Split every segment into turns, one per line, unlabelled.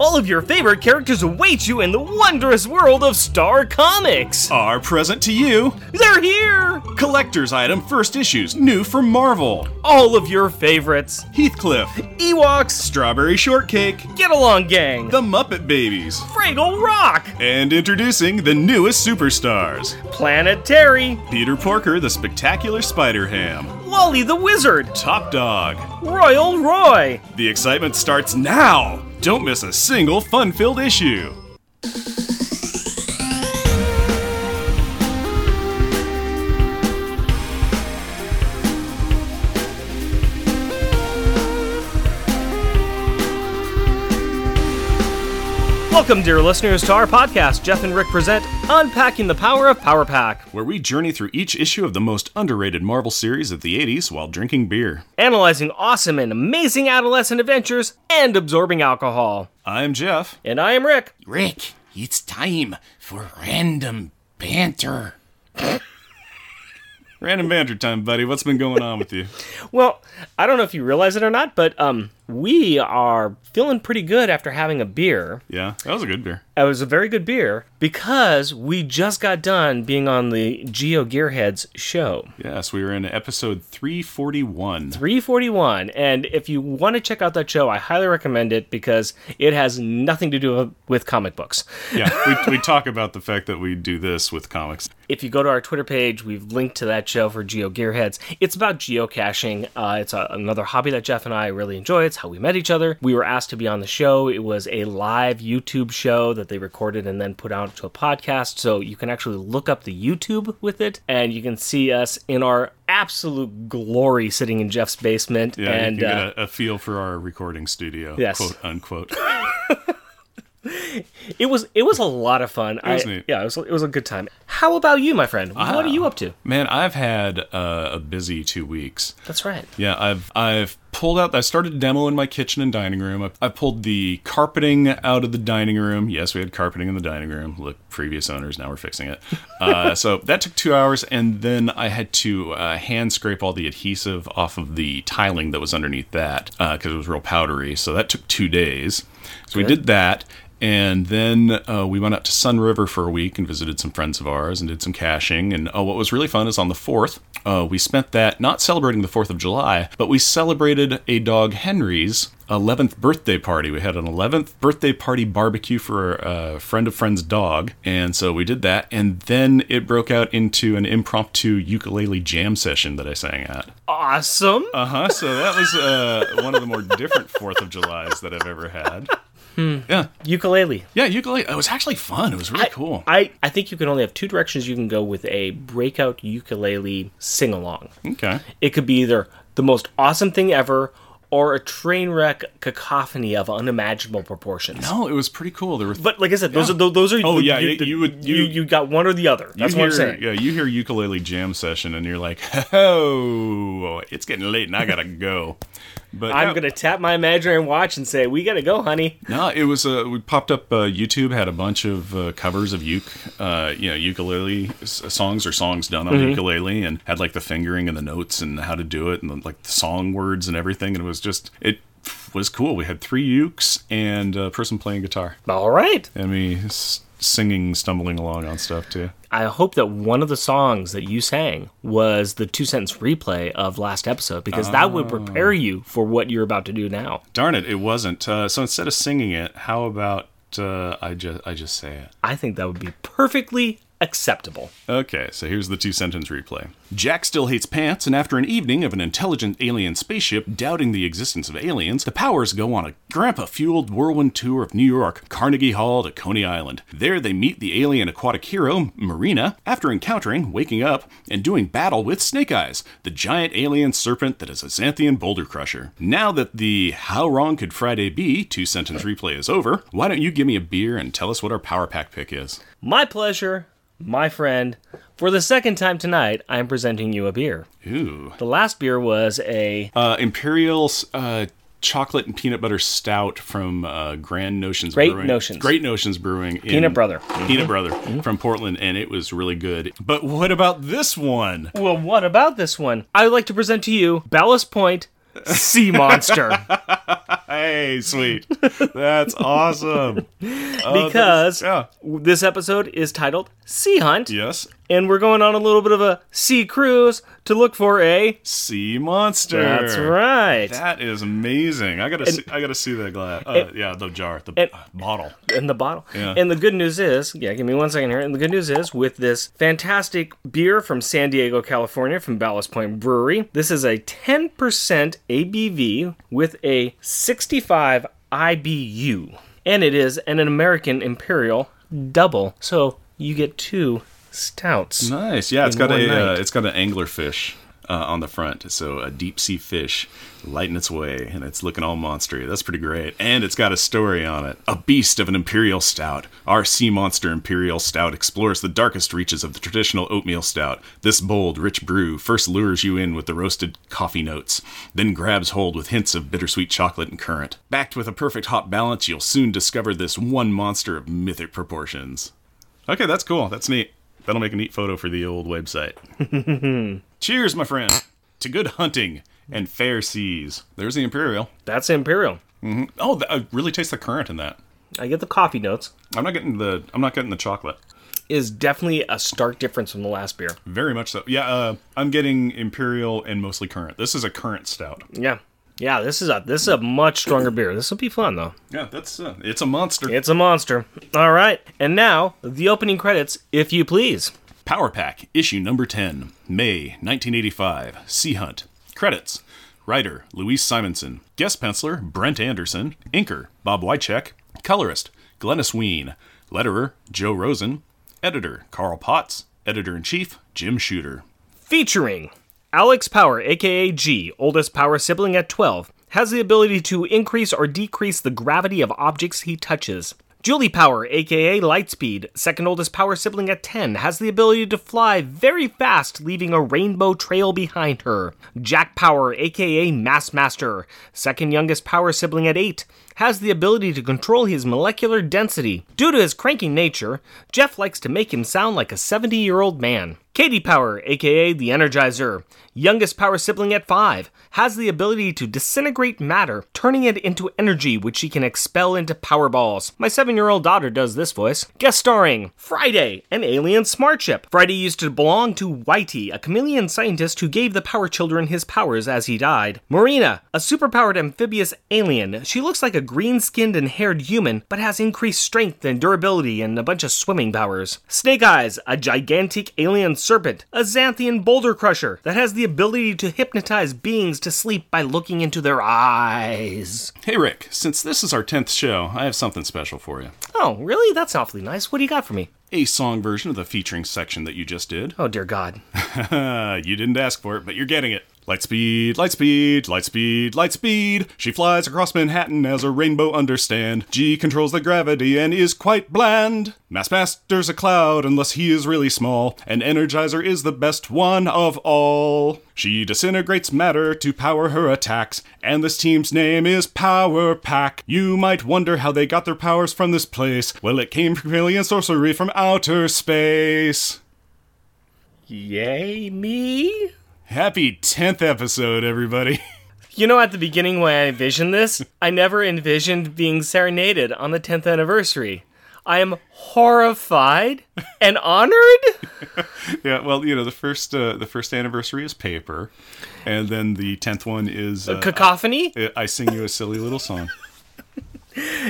All of your favorite characters await you in the wondrous world of Star Comics.
Our present to you
They're here!
collector's item first issues, new from Marvel.
All of your favorites
Heathcliff,
Ewoks,
Strawberry Shortcake,
Get Along Gang,
The Muppet Babies,
Fraggle Rock,
and introducing the newest superstars
Planet Terry,
Peter Porker, the Spectacular Spider Ham,
Wally the Wizard,
Top Dog.
Royal Roy.
The excitement starts now! Don't miss a single fun filled issue.
Welcome, dear listeners, to our podcast, Jeff and Rick present Unpacking the Power of Power Pack,
where we journey through each issue of the most underrated Marvel series of the 80s while drinking beer.
analyzing awesome and amazing adolescent adventures and absorbing alcohol.
I'm Jeff.
And I am Rick.
Rick, it's time for random banter.
Random banter time, buddy. What's been going on with you?
Well, I don't know if you realize it or not, but um, we are feeling pretty good after having a beer.
Yeah, that was a good beer.
It was a very good beer because we just got done being on the Geo Gearheads show.
Yes, we were in episode 341.
341 and if you want to check out that show i highly recommend it because it has nothing to do with comic books
Yeah, we, we talk about the fact that we do this with comics.
if you go to our twitter page we've linked to that show for geo gearheads it's about geocaching uh, it's a, another hobby that jeff and i really enjoy it's how we met each other we were asked to be on the show it was a live youtube show that they recorded and then put out to a podcast so you can actually look up the youtube with it and you can see us in our absolute glory sitting in jeff's basement
Yeah,
and
you can
uh,
get a, a feel for our recording studio,
Yes.
quote unquote.
It was it was a lot of fun. It
was
I,
neat. Ah.
Yeah, it was it was a good time. How about you, my friend? What are you up to?
Man, I've had uh, a busy two weeks.
That's right.
Yeah, I've I've pulled out. I started a demo in my kitchen and dining room. I, I pulled the carpeting out of the dining room. Yes, we had carpeting in the dining room. Look, previous owners. Now we're fixing it. Uh, so that took two hours, and then I had to uh, hand scrape all the adhesive off of the tiling that was underneath that because it was real powdery. So that took two days. So we did that. And then uh, we went out to Sun River for a week and visited some friends of ours and did some caching. And oh, what was really fun is on the 4th, uh, we spent that not celebrating the 4th of July, but we celebrated a dog Henry's 11th birthday party. We had an 11th birthday party barbecue for a friend of friend's dog. And so we did that. And then it broke out into an impromptu ukulele jam session that I sang at.
Awesome.
Uh huh. So that was uh, one of the more different 4th of Julys that I've ever had. Yeah,
Ukulele.
yeah, ukulele. It was actually fun. It was really cool.
I, I think you can only have two directions you can go with a breakout ukulele sing along.
okay.
It could be either the most awesome thing ever or a train wreck cacophony of unimaginable proportions.
No, it was pretty cool. There were.
But like I said, those are those, those are
Oh,
the-
yeah,
you,
you-
the-
you would-
you,
you-
you got one or the other.
you
That's
hear,
what I'm saying.
Yeah, you hear ukulele jam session, and you're like, "Oh, it's getting late, and I gotta go." But
I'm
yeah,
gonna tap my imaginary watch and say, "We gotta go, honey."
No, it was. Uh, we popped up. Uh, YouTube had a bunch of uh, covers of uke, uh, you know, ukulele s- songs or songs done
Mm-hmm.
on ukulele, and had like the fingering and the notes and how to do it, and like the song words and everything. And it was just it was cool. We had three ukes and a person playing guitar.
All right.
and me s- singing, stumbling along on stuff too.
I hope that one of the songs that you sang was the two sentence replay of last episode because that would
Oh.
prepare you for what you're about to do now.
Darn it, it wasn't. Uh, so instead of singing it, how about uh, I just I just say it?
I think that would be perfectly acceptable.
Okay, so here's the two sentence replay. Jack still hates pants, and after an evening of an intelligent alien spaceship doubting the existence of aliens, the powers go on a grandpa fueled whirlwind tour of New York, Carnegie Hall to Coney Island. There they meet the alien aquatic hero, Marina, after encountering, waking up, and doing battle with Snake Eyes, the giant alien serpent that is a Xanthian boulder crusher. Now that the How Wrong Could Friday Be two sentence replay is over, why don't you give me a beer and tell us what our power pack pick is?
My pleasure, my friend. For the second time tonight, I'm presenting you a beer.
Ooh.
The last beer was a
Uh, Imperial uh, chocolate and peanut butter stout from uh, Grand Notions
Great
Brewing.
Notions.
Great Notions Brewing. in-
Peanut Brother. Mm-hmm.
Peanut Brother from Portland, and it was really good. But what about this one?
Well, what about this one? I would like to present to you Ballast Point Sea Monster.
I Hey, sweet. That's awesome. Oh,
because
that's- yeah.
this episode is titled Sea Hunt,
Yes.
and we're going on a little bit of a sea cruise to look for a.
Sea monster.
That's right.
That is amazing. I gotta see. I gotta see the glass. Uh, yeah, the jar, the uh, bottle.
in the bottle.
Yeah.
And the good news is, yeah, give me one second here. And the good news is, with this fantastic beer from San Diego, California, from Ballast Point Brewery, this is a 10% ABV with a 65 IBU. And it is an American Imperial double. So you get two stouts.
Nice. Yeah, it's got
one
a. Uh,
night.
it's got an anglerfish uh, on the front. So a deep sea fish lighting its way, and it's looking all monstery. That's pretty great. And it's got a story on it. A beast of an imperial stout. Our sea monster imperial stout explores the darkest reaches of the traditional oatmeal stout. This bold, rich brew first lures you in with the roasted coffee notes, then grabs hold with hints of bittersweet chocolate and currant. Backed with a perfect hot balance, you'll soon discover this one monster of mythic proportions. Okay, that's cool. That's neat. That'll make a neat photo for the old website. Cheers, my friend, to good hunting and fair seas. There's the Imperial.
That's Imperial.
Oh, that, I really taste the currant in that.
I get the coffee notes.
I'm not getting the I'm not getting the chocolate.
Is definitely a stark difference from the last beer.
Very much so. Yeah, uh, I'm getting Imperial and mostly currant. This is a currant stout.
Yeah. Yeah, this is a this is a much stronger beer. This will be fun though.
Yeah, that's uh, it's a monster
It's a monster. All right. And now, the opening credits, if you please.
Power Pack, issue number 10, May 1985, Sea Hunt. Credits Writer Luis Simonson, Guest Penciler Brent Anderson, Inker Bob Wycheck, Colorist Glennis Ween, Letterer Joe Rosen, Editor Carl Potts, Editor in Chief Jim Shooter.
Featuring Alex Power, aka G, oldest power sibling at 12, has the ability to increase or decrease the gravity of objects he touches. Julie Power, aka Lightspeed, second oldest power sibling at 10, has the ability to fly very fast, leaving a rainbow trail behind her. Jack Power, aka Massmaster, second youngest power sibling at 8, has the ability to control his molecular density. Due to his cranky nature, Jeff likes to make him sound like a 70 year old man. Katie Power, aka the Energizer, youngest power sibling at 5, has the ability to disintegrate matter, turning it into energy which she can expel into power balls. My 7 year old daughter does this voice. Guest starring Friday, an alien smart ship. Friday used to belong to Whitey, a chameleon scientist who gave the power children his powers as he died. Marina, a superpowered amphibious alien. She looks like a green skinned and haired human, but has increased strength and durability and a bunch of swimming powers. Snake Eyes, a gigantic alien serpent, a Xanthian boulder crusher that has the ability to hypnotize beings to sleep by looking into their eyes.
Hey Rick, since this is our 10th show, I have something special for you.
Oh, really? That's awfully nice. What do you got for me?
A song version of the featuring section that you just did.
Oh, dear God.
Uh, you didn't ask for it, but you're getting it. Lightspeed, lightspeed, lightspeed, lightspeed. She flies across Manhattan as a rainbow understand. G controls the gravity and is quite bland. Massmaster's a cloud unless he is really small, and Energizer is the best one of all. She disintegrates matter to power her attacks, and this team's name is Power Pack. You might wonder how they got their powers from this place. Well, it came from alien sorcery from outer space.
Yay, me?
Happy 10th episode, everybody.
You know, at the beginning when I envisioned this, I never envisioned being serenaded on the 10th anniversary. I am horrified and honored.
yeah, well, you know, the first uh, the first anniversary is paper, and then the 10th one is uh,
Cacophony.
I, I sing you a silly little song.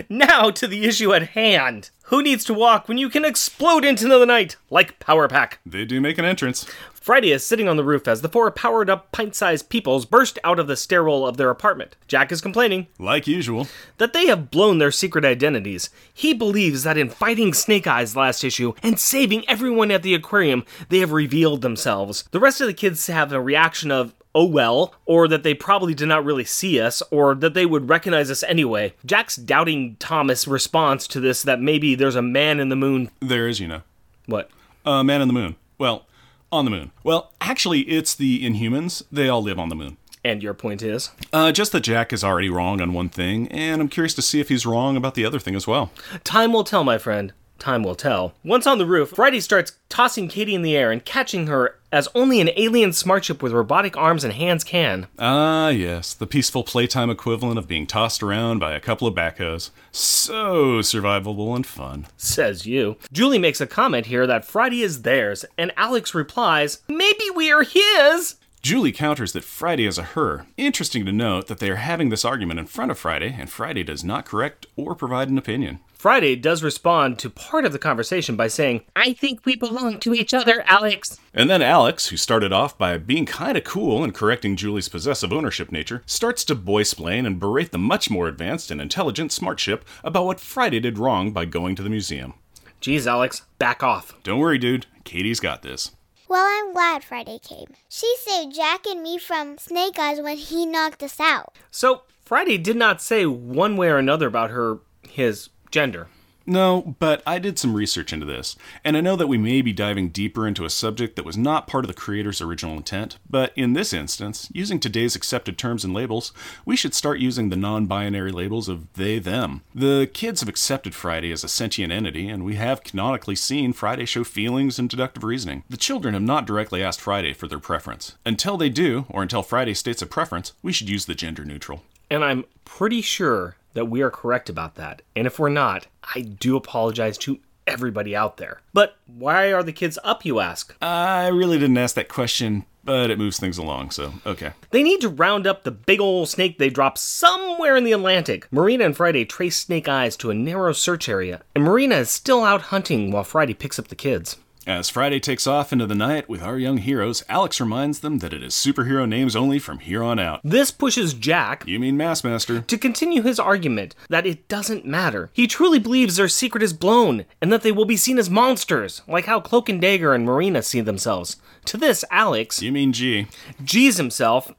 Now to the issue at hand. Who needs to walk when you can explode into the night like Power Pack?
They do make an entrance.
Friday is sitting on the roof as the four powered up pint sized peoples burst out of the stairwell of their apartment. Jack is complaining
Like usual,
that they have blown their secret identities. He believes that in fighting Snake Eyes last issue and saving everyone at the aquarium, they have revealed themselves. The rest of the kids have a reaction of, oh well, or that they probably did not really see us, or that they would recognize us anyway. Jack's doubting Thomas' response to this that maybe there's a man in the moon.
there is, you know,
What?
uh, Man in the Moon. Well, on the moon. Well, actually, it's the Inhumans. They all live on the moon.
And your point is?
Uh, just that Jack is already wrong on one thing, and I'm curious to see if he's wrong about the other thing as well.
Time will tell, my friend. time will tell. Once on the roof, Friday starts tossing Katie in the air and catching her as only an alien smart ship with robotic arms and hands can.
Ah, yes, the peaceful playtime equivalent of being tossed around by a couple of backhoes. So survivable and fun.
Says you. Julie makes a comment here that Friday is theirs, and Alex replies, Maybe we're his!
Julie counters that Friday is a her. Interesting to note that they are having this argument in front of Friday, and Friday does not correct or provide an opinion.
Friday does respond to part of the conversation by saying,
I think we belong to each other, Alex.
And then Alex, who started off by being kinda cool and correcting Julie's possessive ownership nature, starts to boysplain and berate the much more advanced and intelligent smart ship about what Friday did wrong by going to the museum.
Geez, Alex, back off.
Don't worry, dude. Katie's got this.
Well, I'm glad Friday came. She saved Jack and me from Snake Eyes when he knocked us out.
So, Friday did not say one way or another about her, his gender.
No, but I did some research into this, and I know that we may be diving deeper into a subject that was not part of the creator's original intent, but in this instance, using today's accepted terms and labels, we should start using the non binary labels of they, them. The kids have accepted Friday as a sentient entity, and we have canonically seen Friday show feelings and deductive reasoning. The children have not directly asked Friday for their preference. Until they do, or until Friday states a preference, we should use the gender neutral.
And I'm pretty sure that we are correct about that. And if we're not, I do apologize to everybody out there. But why are the kids up, you ask?
I really didn't ask that question, but it moves things along, so okay.
They need to round up the big ol' snake they dropped somewhere in the Atlantic. Marina and Friday trace Snake Eyes to a narrow search area, and Marina is still out hunting while Friday picks up the kids.
As Friday takes off into the night with our young heroes, Alex reminds them that it is superhero names only from here on out.
This pushes Jack
You mean Massmaster?
to continue his argument that it doesn't matter. He truly believes their secret is blown and that they will be seen as monsters, like how Cloak and Dagger and Marina see themselves. To this, Alex,
You mean G?
G's himself,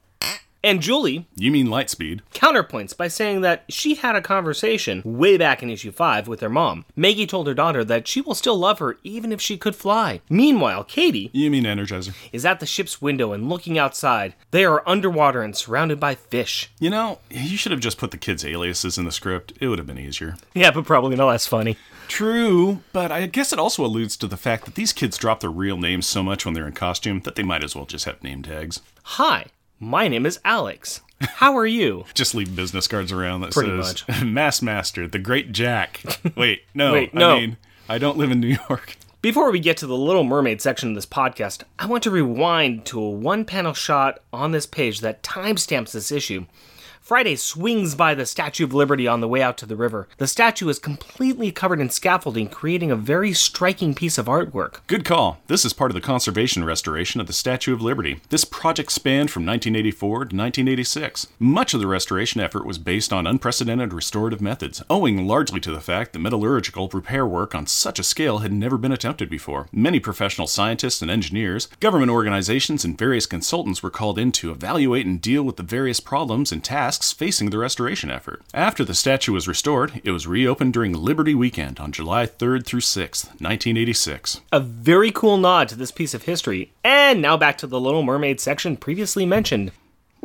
and Julie
You mean Lightspeed?
counterpoints by saying that she had a conversation way back in issue 5 with her mom. Maggie told her daughter that she will still love her even if she could fly. Meanwhile, Katie
You mean Energizer?
is at the ship's window and looking outside. They are underwater and surrounded by fish.
You know, you should have just put the kids' aliases in the script. It would have been easier.
Yeah, but probably not less funny.
True, but I guess it also alludes to the fact that these kids drop their real names so much when they're in costume that they might as well just have name tags.
Hi, my name is Alex. How are you?
Just leave business cards around that
Pretty
says Massmaster, the Great Jack. Wait, no,
Wait,
I
no.
mean, I don't live in New York.
Before we get to the Little Mermaid section of this podcast, I want to rewind to a one panel shot on this page that timestamps this issue. Friday swings by the Statue of Liberty on the way out to the river. The statue is completely covered in scaffolding, creating a very striking piece of artwork.
Good call. This is part of the conservation restoration of the Statue of Liberty. This project spanned from 1984 to 1986. Much of the restoration effort was based on unprecedented restorative methods, owing largely to the fact that metallurgical repair work on such a scale had never been attempted before. Many professional scientists and engineers, government organizations, and various consultants were called in to evaluate and deal with the various problems and tasks facing the restoration effort. After the statue was restored, it was reopened during Liberty Weekend on July 3rd through 6th, 1986.
A very cool nod to this piece of history. And now back to the Little Mermaid section previously mentioned.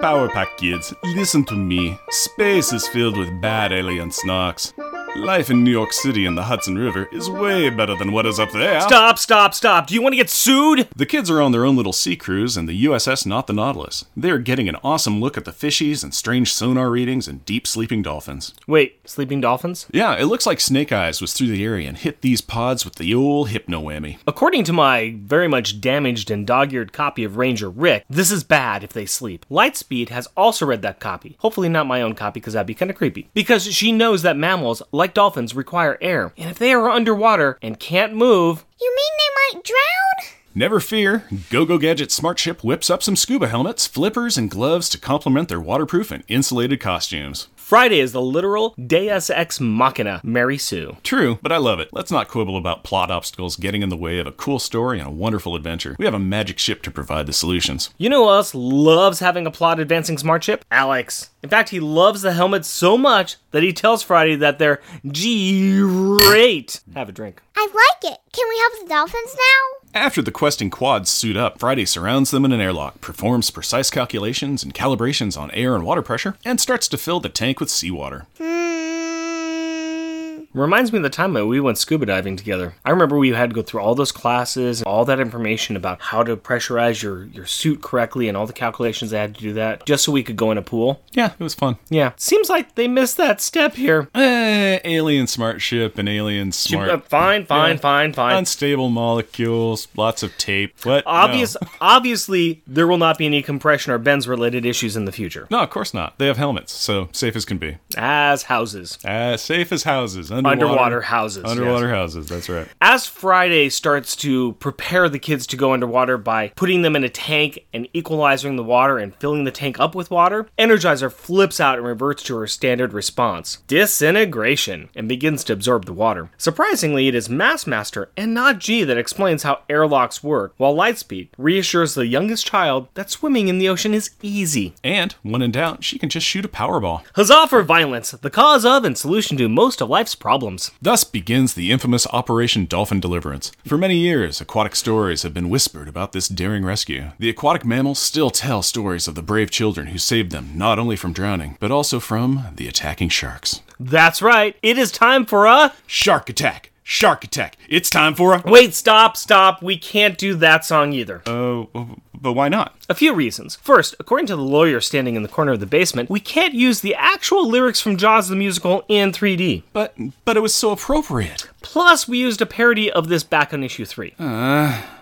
Power Pack kids, listen to me. Space is filled with bad alien snarks. Life in New York City and the Hudson River is way better than what is up there.
Stop, stop, stop. Do you want to get sued?
The kids are on their own little sea cruise and the USS Not the Nautilus. They are getting an awesome look at the fishies and strange sonar readings and deep sleeping dolphins.
Wait, sleeping dolphins?
Yeah, it looks like Snake Eyes was through the area and hit these pods with the ol' hypno whammy.
According to my very much damaged and dog eared copy of Ranger Rick, this is bad if they sleep. Lightspeed has also read that copy. Hopefully, not my own copy, because that'd be kind of creepy. Because she knows that mammals, like dolphins, require air. And if they are underwater and can't move,
You mean they might drown?
Never fear, Go Go Gadget Smart Ship whips up some scuba helmets, flippers, and gloves to complement their waterproof and insulated costumes.
Friday is the literal Deus Ex Machina, Mary Sue.
True, but I love it. Let's not quibble about plot obstacles getting in the way of a cool story and a wonderful adventure. We have a magic ship to provide the solutions.
You know who else loves having a plot advancing smart ship? Alex. In fact, he loves the helmet so much that he tells Friday that they're great. Have a drink.
I like it. Can we help the dolphins now?
After the questing quads suit up, Friday surrounds them in an airlock, performs precise calculations and calibrations on air and water pressure, and starts to fill the tank with seawater.
Hmm.
Reminds me of the time that we went scuba diving together. I remember we had to go through all those classes, all that information about how to pressurize your, your suit correctly and all the calculations they had to do that just so we could go in a pool.
Yeah, it was fun.
Yeah. Seems like they missed that step here.
Eh, alien smart ship and alien smart.
Uh, Fine, fine,
Yeah.
fine, fine.
Unstable molecules, lots of tape. What? No.
Obvious, obviously, there will not be any compression or bends related issues in the future.
No, of course not. They have helmets, so safe as can be.
As houses,
Uh, safe as houses. Underwater,
underwater houses. yes.
Underwater houses. That's right.
As Friday starts to prepare the kids to go underwater by putting them in a tank and equalizing the water and filling the tank up with water, Energizer flips out and reverts to her standard response disintegration and begins to absorb the water. Surprisingly, it is Massmaster and not G that explains how airlocks work, while Lightspeed reassures the youngest child that swimming in the ocean is easy.
And when in doubt, she can just shoot a powerball.
Huzzah for violence, the cause of and solution to most of life's problems.
Thus begins the infamous Operation Dolphin Deliverance. For many years, aquatic stories have been whispered about this daring rescue. The aquatic mammals still tell stories of the brave children who saved them not only from drowning, but also from the attacking sharks.
That's right, it is time for a.
Shark attack! Shark attack! It's time for a.
Wait, stop, stop. We can't do that song either.
Oh, but why not?
A few reasons. First, according to the lawyer standing in the corner of the basement, we can't use the actual lyrics from Jaws the musical in 3D.
But but it was so appropriate.
Plus, we used a parody of this back on issue 3.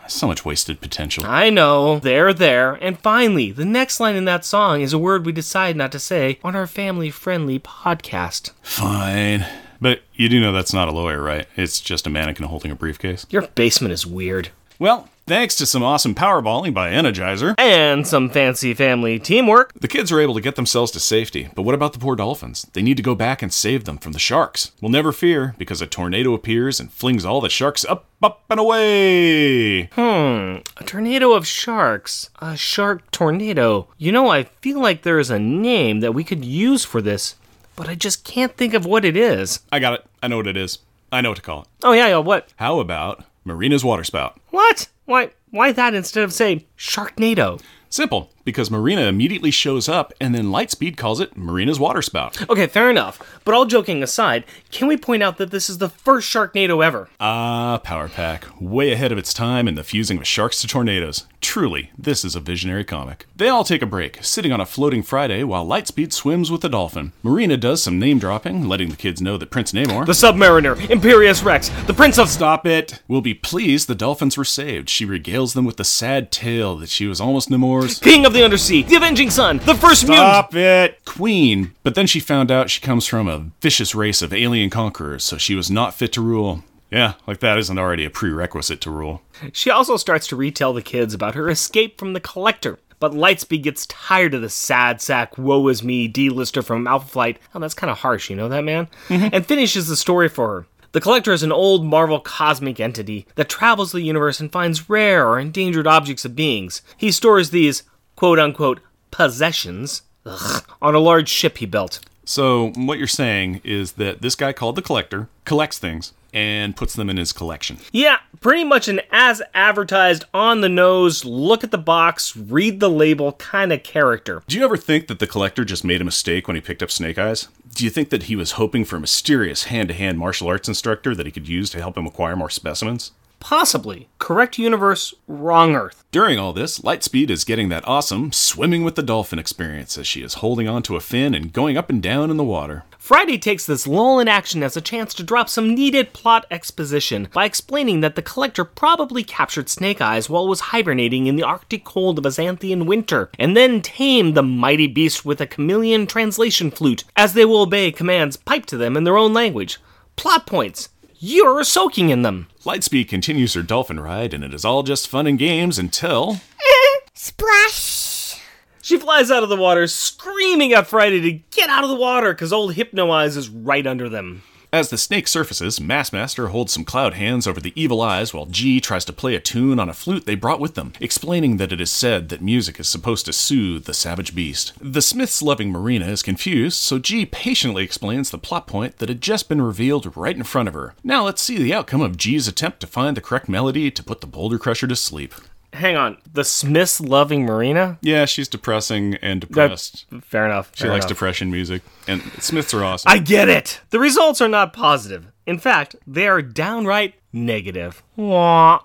So much wasted potential.
I know, there, there. And finally, the next line in that song is a word we decide not to say on our family friendly podcast.
Fine. But you do know that's not a lawyer, right? It's just a mannequin holding a briefcase.
Your basement is weird.
Well, thanks to some awesome powerballing by Energizer,
And some fancy family teamwork.
the kids are able to get themselves to safety. But what about the poor dolphins? They need to go back and save them from the sharks. We'll never fear, because a tornado appears and flings all the sharks up, up, and away.
A tornado of sharks. A shark tornado. You know, I feel like there is a name that we could use for this, but I just can't think of what it is.
I got it. I know what it is. I know what to call it.
Oh yeah, yeah, what?
How about Marina's waterspout?
What? Why why that instead of say Sharknado?
Simple, because Marina immediately shows up, and then Lightspeed calls it Marina's waterspout.
Okay, fair enough. But all joking aside, can we point out that this is the first Sharknado ever?
Ah, Power Pack, way ahead of its time in the fusing of sharks to tornadoes. Truly, this is a visionary comic. They all take a break, sitting on a floating Friday while Lightspeed swims with a dolphin. Marina does some name dropping, letting the kids know that Prince Namor.
The Submariner, Imperious Rex, the Prince of
Stop it! Will be pleased the dolphins were saved. She regales them with the sad tale that she was almost Namor's.
King of the Undersea, the Avenging Sun, the First Mutant.
Stop it! Queen! But then she found out she comes from a vicious race of alien conquerors, so she was not fit to rule. Yeah, like that isn't already a prerequisite to rule.
She also starts to retell the kids about her escape from the Collector. But Lightspeed gets tired of the sad sack, woe is me, D-lister from Alpha Flight. Oh, that's kind of harsh, you know that, man? And finishes the story for her. The Collector is an old Marvel cosmic entity that travels the universe and finds rare or endangered objects of beings. He stores these, quote unquote, possessions ugh, on a large ship he built.
So what you're saying is that this guy called the collector collects things and puts them in his collection.
Yeah, pretty much an as advertised, on the nose, look at the box, read the label kind of character.
Do you ever think that the collector just made a mistake when he picked up Snake Eyes? Do you think that he was hoping for a mysterious hand-to-hand martial arts instructor that he could use to help him acquire more specimens?
Possibly. Correct universe, wrong Earth.
During all this, Lightspeed is getting that awesome swimming with the dolphin experience as she is holding onto a fin and going up and down in the water.
Friday takes this lull in action as a chance to drop some needed plot exposition by explaining that the collector probably captured Snake Eyes while it was hibernating in the Arctic cold of a Xanthian winter, and then tamed the mighty beast with a chameleon translation flute, as they will obey commands piped to them in their own language. Plot points. You're soaking in them.
Lightspeed continues her dolphin ride and it is all just fun and games until
Splash!
She flies out of the water, screaming at Friday to get out of the water because old Hypno Eyes is right under them.
As the snake surfaces, Massmaster holds some cloud hands over the evil eyes while G tries to play a tune on a flute they brought with them, explaining that it is said that music is supposed to soothe the savage beast. The Smith's loving Marina is confused, so G patiently explains the plot point that had just been revealed right in front of her. Now let's see the outcome of G's attempt to find the correct melody to put the boulder crusher to sleep.
Hang on. The Smiths loving Marina?
Yeah, she's depressing and
That-
depressed.
fair enough.
she likes depression music, and Smiths are awesome.
I get it. The results are not positive. In fact, they are downright negative. Wah,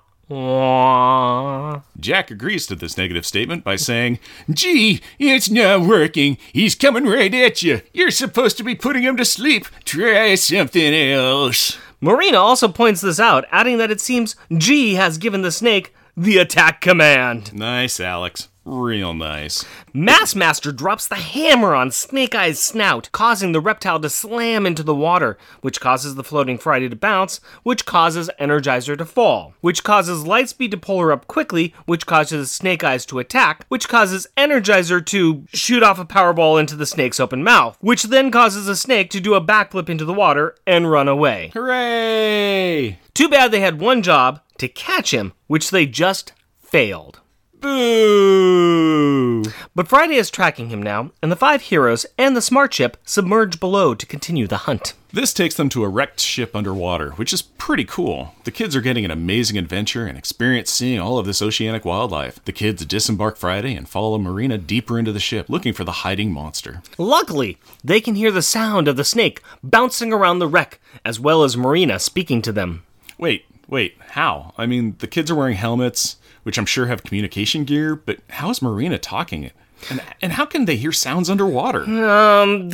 wah.
Jack agrees to this negative statement by saying, Gee, it's not working. He's coming right at you. You're supposed to be putting him to sleep. Try something else.
Marina also points this out, adding that it seems G has given the snake the attack command.
Nice, Alex. Real nice.
Massmaster drops the hammer on Snake Eye's snout, causing the reptile to slam into the water, which causes the floating Friday to bounce, which causes Energizer to fall, which causes Lightspeed to pull her up quickly, which causes Snake Eyes to attack, which causes Energizer to shoot off a Powerball into the snake's open mouth, which then causes the snake to do a backflip into the water and run away.
Hooray!
Too bad they had one job to catch him, which they just failed.
Boo!
But Friday is tracking him now, and the five heroes and the smart ship submerge below to continue the hunt.
This takes them to a wrecked ship underwater, which is pretty cool. The kids are getting an amazing adventure and experience seeing all of this oceanic wildlife. The kids disembark Friday and follow Marina deeper into the ship, looking for the hiding monster.
Luckily, they can hear the sound of the snake bouncing around the wreck, as well as Marina speaking to them.
Wait, wait, how? I mean, the kids are wearing helmets, which I'm sure have communication gear, but how is Marina talking it? And, and how can they hear sounds underwater?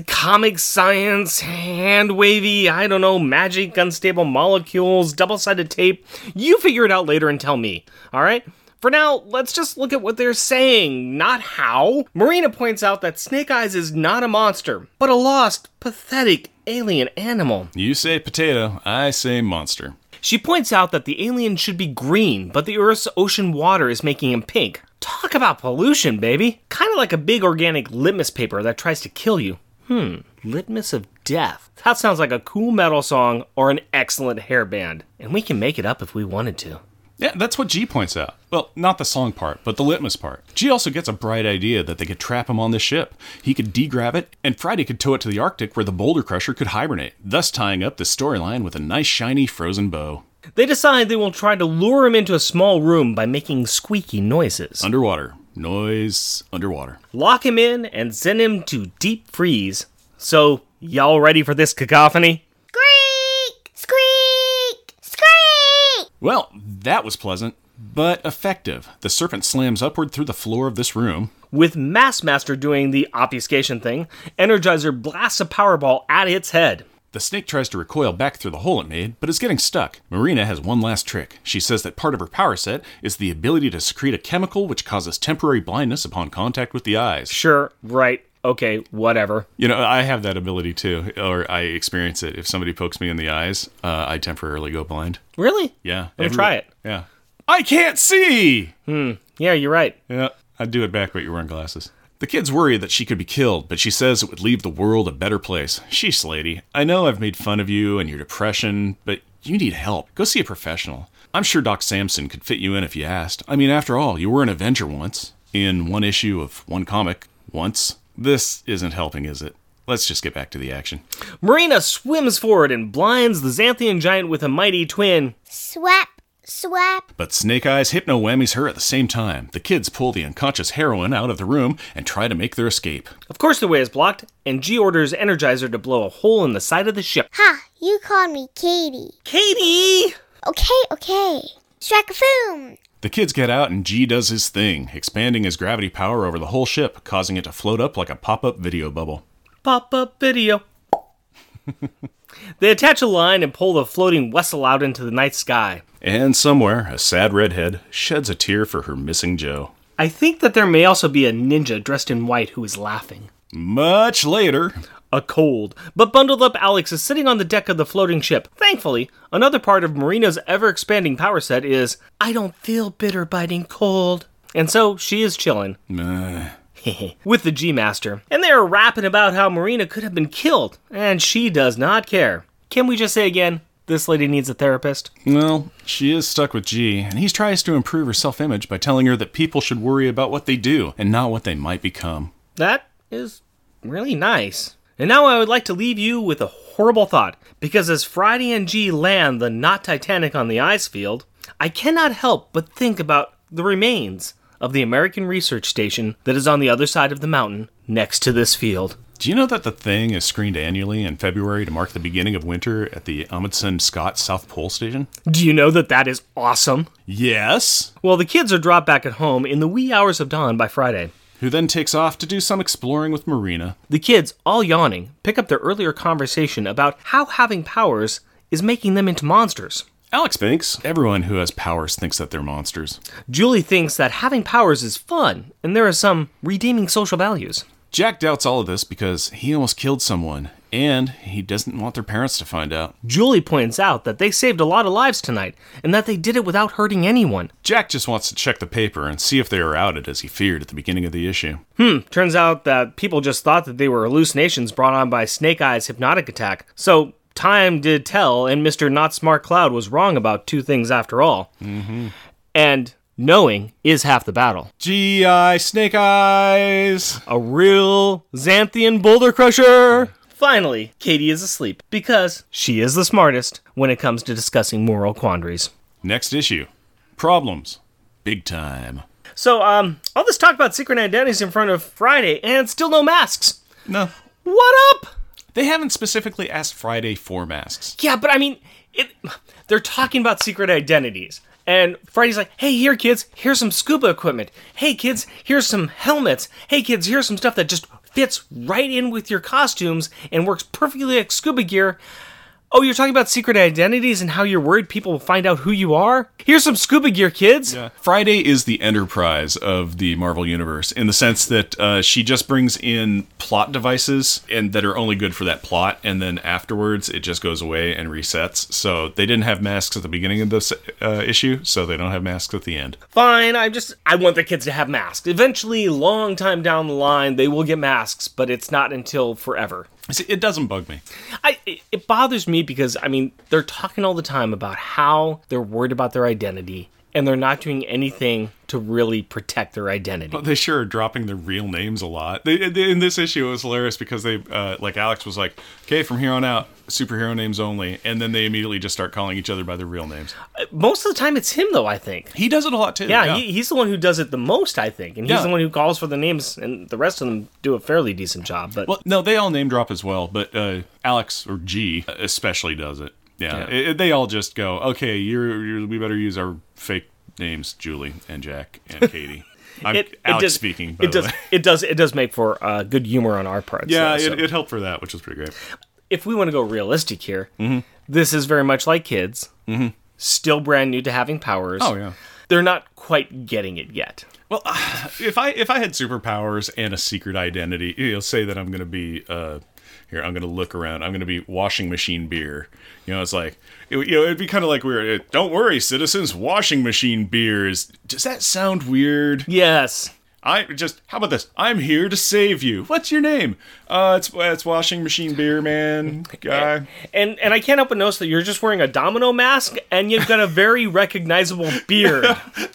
Comic science, hand wavy, I don't know, magic, unstable molecules, double sided tape. You figure it out later and tell me, alright? For now, let's just look at what they're saying, not how. Marina points out that Snake Eyes is not a monster, but a lost, pathetic alien animal.
You say potato, I say monster.
She points out that the alien should be green, but the Earth's ocean water is making him pink. Talk about pollution, baby! Kinda like a big organic litmus paper that tries to kill you. Hmm, Litmus of Death. That sounds like a cool metal song or an excellent hair band. And we can make it up if we wanted to.
Yeah, that's what G points out. Well, not the song part, but the litmus part. G also gets a bright idea that they could trap him on this ship. He could degrab it, and Friday could tow it to the Arctic where the boulder crusher could hibernate, thus tying up the storyline with a nice shiny frozen bow.
They decide they will try to lure him into a small room by making squeaky noises,
Underwater. Noise underwater.
lock him in, and send him to deep freeze. So, y'all ready for this cacophony?
Squeak! Squeak! Squeak!
Well, that was pleasant, but effective. The serpent slams upward through the floor of this room.
With Massmaster doing the obfuscation thing, Energizer blasts a Powerball at its head.
The snake tries to recoil back through the hole it made, but is getting stuck. Marina has one last trick. She says that part of her power set is the ability to secrete a chemical which causes temporary blindness upon contact with the eyes.
Sure, right, okay, whatever.
You know, I have that ability too, or I experience it. If somebody pokes me in the eyes, uh, I temporarily go blind.
Really?
Yeah.
gonna try it.
Yeah. I can't see!
Yeah, you're right.
Yeah, I'd do it back, but you're wearing glasses. The kids worry that she could be killed, but she says it would leave the world a better place. Sheesh, lady, I know I've made fun of you and your depression, but you need help. Go see a professional. I'm sure Doc Samson could fit you in if you asked. I mean, after all, you were an Avenger once, in one issue of one comic, once. This isn't helping, is it? Let's just get back to the action.
Marina swims forward and blinds the Xanthian giant with a mighty twin.
Swap! Swap!
But Snake Eyes hypno whammies her at the same time. The kids pull the unconscious heroine out of the room and try to make their escape.
Of course, the way is blocked, and G orders Energizer to blow a hole in the side of the ship.
Ha! You called me Katie.
Katie!
Okay, okay. Strakafoom!
The kids get out and G does his thing, expanding his gravity power over the whole ship, causing it to float up like a pop up video bubble.
Pop up video. they attach a line and pull the floating vessel out into the night sky.
And somewhere, a sad redhead sheds a tear for her missing Joe.
I think that there may also be a ninja dressed in white who is laughing.
Much later,
A cold, but bundled up Alex is sitting on the deck of the floating ship. Thankfully, another part of Marina's ever expanding power set is I don't feel bitter biting cold. And so she is chilling
uh,
with the G Master. And they are rapping about how Marina could have been killed, and she does not care. Can we just say again, this lady needs a therapist?
well, she is stuck with G, and he tries to improve her self image by telling her that people should worry about what they do and not what they might become.
That is really nice. And now I would like to leave you with a horrible thought, because as Friday and G land the not Titanic on the ice field, I cannot help but think about the remains of the American research station that is on the other side of the mountain next to this field.
Do you know that the thing is screened annually in February to mark the beginning of winter at the Amundsen Scott South Pole Station?
Do you know that that is awesome?
Yes.
Well, the kids are dropped back at home in the wee hours of dawn by Friday.
Who then takes off to do some exploring with Marina?
The kids, all yawning, pick up their earlier conversation about how having powers is making them into monsters.
Alex Binks. Everyone who has powers thinks that they're monsters.
Julie thinks that having powers is fun, and there are some redeeming social values.
Jack doubts all of this because he almost killed someone, and he doesn't want their parents to find out.
Julie points out that they saved a lot of lives tonight, and that they did it without hurting anyone.
Jack just wants to check the paper and see if they are outed as he feared at the beginning of the issue.
Turns out that people just thought that they were hallucinations brought on by Snake Eye's hypnotic attack. So, time did tell, and Mr. Not Smart Cloud was wrong about two things after all. Mm-hmm. And knowing is half the battle.
G.I. Snake Eyes!
A real Xanthian boulder crusher! Finally, Katie is asleep because she is the smartest when it comes to discussing moral quandaries.
Next issue. Problems. Big time.
So, um, all this talk about secret identities in front of Friday, and still no masks.
No.
What up?
They haven't specifically asked Friday for masks.
Yeah, but I mean, it, they're talking about secret identities. And Freddy's like, hey, here, kids, here's some scuba equipment. Hey, kids, here's some helmets. Hey, kids, here's some stuff that just fits right in with your costumes and works perfectly like scuba gear. Oh, you're talking about secret identities and how you're worried people will find out who you are? Here's some scuba gear, kids.
Friday is the enterprise of the Marvel Universe in the sense that uh, she just brings in plot devices and that are only good for that plot, and then afterwards it just goes away and resets. So they didn't have masks at the beginning of this uh, issue, so they don't have masks at the end.
Fine, I just I want the kids to have masks. Eventually, long time down the line, they will get masks, but it's not until forever.
See, It doesn't bug me.
I it- it bothers me because I mean they're talking all the time about how they're worried about their identity and they're not doing anything to really protect their identity.
They sure are dropping their real names a lot. They, they- in this issue, it was hilarious because they, uh, like Alex was like, okay, from here on out, superhero names only. And then they immediately just start calling each other by their real names.
Most of the time, it's him though. I think.
He does it a lot too.
Yeah, He, he's the one who does it the most, I think, and he's
Yeah.
the one who calls for the names, and the rest of them do a fairly decent job. But
Well, no, they all name drop as well, but uh, Alex or G especially does it. Yeah,
Yeah.
It- it- they all just go, okay, you're, you're we better use our fake names, Julie and Jack and Katie. I'm Alex
does-
speaking. By
It
the
does.
way.
It does. It does make for uh, good humor on our part.
Yeah,
so- so-
it, it helped for that, which was pretty great.
if we want to go realistic here,
Mm-hmm.
this is very much like kids, mm-hmm. still brand new to having powers.
Oh, yeah.
they're not quite getting it yet.
Well, if I if I had superpowers and a secret identity, you know, say that I'm gonna be uh, here, I'm gonna look around, I'm gonna be washing machine beer. You know, it's like it, you know, it'd be kind of like weird. Don't worry, citizens, washing machine beer is. Does that sound weird?
Yes,
I just how about this? I'm here to save you. What's your name? Uh, it's it's washing machine beer man guy.
and and I can't help but notice that you're just wearing a domino mask and you've got a very recognizable beard.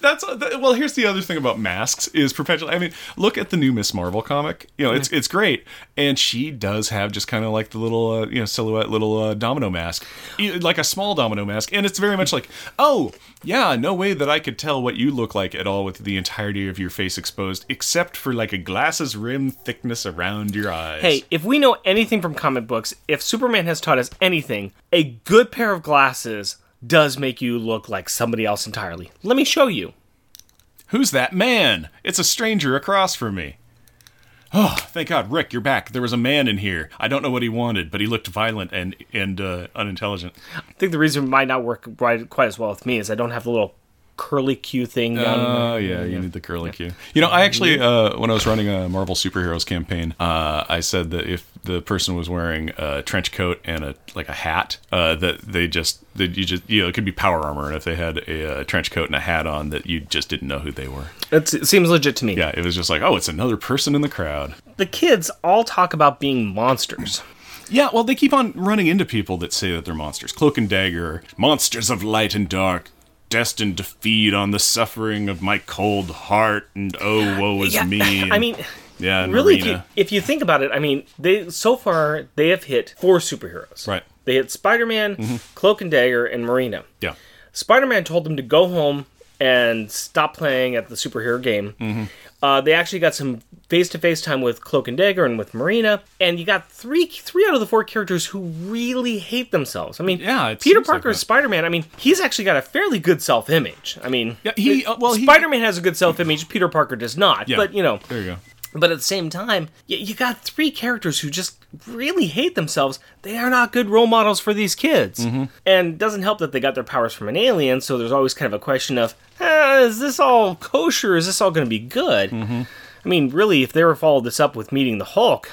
That's that, well. Here's the other thing about masks is perpetual. I mean, look at the new Miss Marvel comic. You know, it's it's great, and she does have just kind of like the little uh, you know silhouette little uh, domino mask, E- like a small domino mask, and it's very much like, oh yeah, no way that I could tell what you look like at all with the entirety of your face exposed, except for like a glass's rim thickness around your eyes.
Hey, if we know anything from comic books, if Superman has taught us anything, a good pair of glasses does make you look like somebody else entirely. Let me show you.
Who's that man? It's a stranger across from me. Oh, thank God, Rick, you're back. There was a man in here. I don't know what he wanted, but he looked violent and and uh, unintelligent.
I think the reason it might not work quite quite as well with me is I don't have the little curly Q thing down
Oh yeah, you need the curly cue. You know, I actually uh, when I was running a Marvel superheroes campaign, uh, I said that if the person was wearing a trench coat and a like a hat, uh, that they just that you just you know it could be power armor, and if they had a, uh trench coat and a hat on, that you just didn't know who they were.
That's, it seems legit to me.
Yeah, it was just like, oh, it's another person in the crowd.
The kids all talk about being monsters.
Yeah, well, they keep on running into people that say that they're monsters. Cloak and Dagger, monsters of light and dark, destined to feed on the suffering of my cold heart, and oh, woe is me.
I mean,
yeah, and
really, if you,
Marina.
if you think about it, I mean, they so far they have hit four superheroes.
Right. Mm-hmm.
They hit Spider-Man, Cloak and Dagger, and Marina.
yeah.
Spider-Man told them to go home and stopped playing at the superhero game.
Mm-hmm.
Uh, they actually got some face-to-face time with Cloak and Dagger and with Marina, and you got three three out of the four characters who really hate themselves. I mean,
Yeah, it
Peter
seems like
Parker is
that.
Spider-Man. I mean, he's actually got a fairly good self-image. I mean,
Yeah, he- uh, well, he-
Spider-Man has a good self-image. Peter Parker does not.
Yeah.
But you know,
There you go.
but at the same time, you, you got three characters who just really hate themselves. They are not good role models for these kids. And it doesn't help that they got their powers from an alien, so there's always kind of a question of "Ah, is this all kosher? Is this all going to be good? I mean, really, if they were followed this up with meeting the Hulk,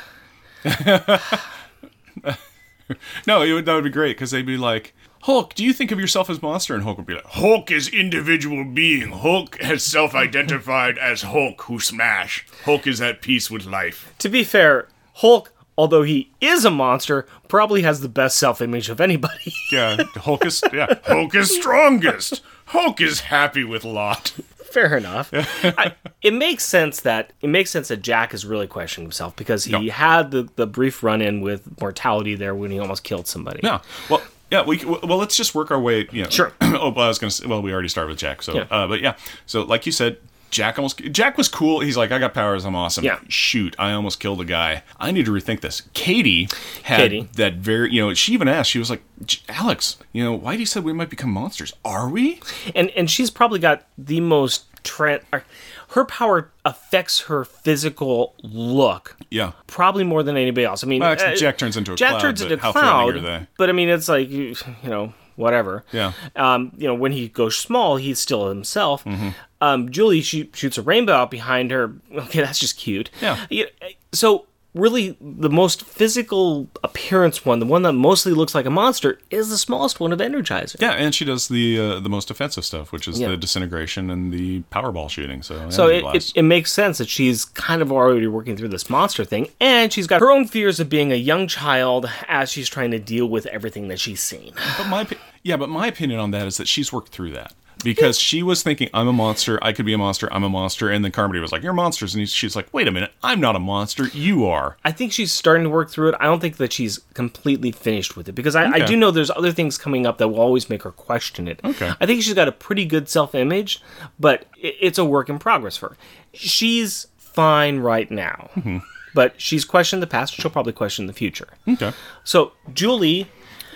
No, it would, that would be great because they'd be like, Hulk, do you think of yourself as monster? And Hulk would be like, Hulk is individual being. Hulk has self identified as Hulk who smash. Hulk is at peace with life.
to be fair, Hulk, although he is a monster, probably has the best self image of anybody.
Yeah, Hulk is yeah. Hulk is strongest. Hulk is happy with Lot.
fair enough. I, it makes sense that it makes sense that Jack is really questioning himself because he had the, the brief run in with mortality there when he almost killed somebody.
Yeah. Well, yeah. We well, let's just work our way. You know.
Sure.
oh, well, I was gonna. Say, well, we already started with Jack. So,
Yeah.
uh, but yeah. So, like you said, Jack almost. Jack was cool. He's like, I got powers. I'm awesome.
Yeah.
Shoot, I almost killed a guy. I need to rethink this. Katie had
Katie.
that very. You know, she even asked. She was like, "J- Alex, you know, Whitey said we might become monsters. Are we?
And and she's probably got the most tra- or- her power affects her physical look
Yeah.
probably more than anybody else. I mean, uh,
Well, actually, Jack turns into a
Jack
cloud,
turns
but
into a
how
cloud,
thrilling are they?
but I mean, it's like you you know whatever.
Yeah.
Um, you know, when he goes small, he's still himself.
Mm-hmm.
Um, Julie she shoots a rainbow out behind her. Okay, that's just cute.
Yeah.
You- eh, So really, the most physical appearance one, the one that mostly looks like a monster, is the smallest one of Energizer.
Yeah, and she does the uh, the most offensive stuff, which is
Yeah.
the disintegration and the Powerball shooting. So,
So
energy
it,
blast.
it, it makes sense that she's kind of already working through this monster thing, and she's got her own fears of being a young child as she's trying to deal with everything that she's seen.
But my opi- yeah, but my opinion on that is that she's worked through that because she was thinking, "I'm a monster. I could be a monster. I'm a monster." And then Carmody was like, "You're monsters," and he- she's like, "Wait a minute. I'm not a monster. You are."
I think she's starting to work through it. I don't think that she's completely finished with it because I,
Okay.
I do know there's other things coming up that will always make her question it.
Okay.
I think she's got a pretty good self image, but i- it's a work in progress for her. She's fine right now,
Mm-hmm.
but she's questioned the past. She'll probably question the future.
Okay.
So, Julie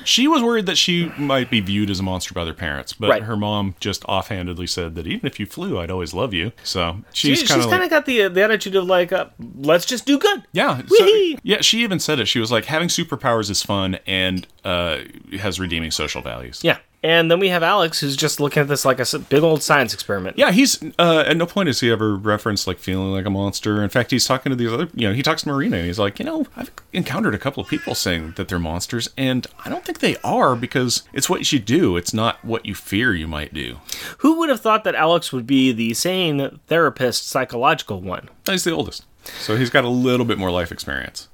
She was worried that she might be viewed as a monster by their parents, but
Right.
her mom just offhandedly said that even if you flew, I'd always love you. So
She-
she's kind of like,
got the uh, the attitude of like, uh, let's just do good.
Yeah. so-
Whee!
yeah, she even said it. She was like, having superpowers is fun and uh, has redeeming social values.
yeah. And then we have Alex, who's just looking at this like a s- big old science experiment.
Yeah, he's uh, at no point is he ever referenced like feeling like a monster. In fact, he's talking to these other, you know, he talks to Marina and he's like, you know, I've encountered a couple of people saying that they're monsters, and I don't think they are because it's what you do, it's not what you fear you might do.
Who would have thought that Alex would be the sane therapist, psychological one?
He's the oldest, so he's got a little bit more life experience,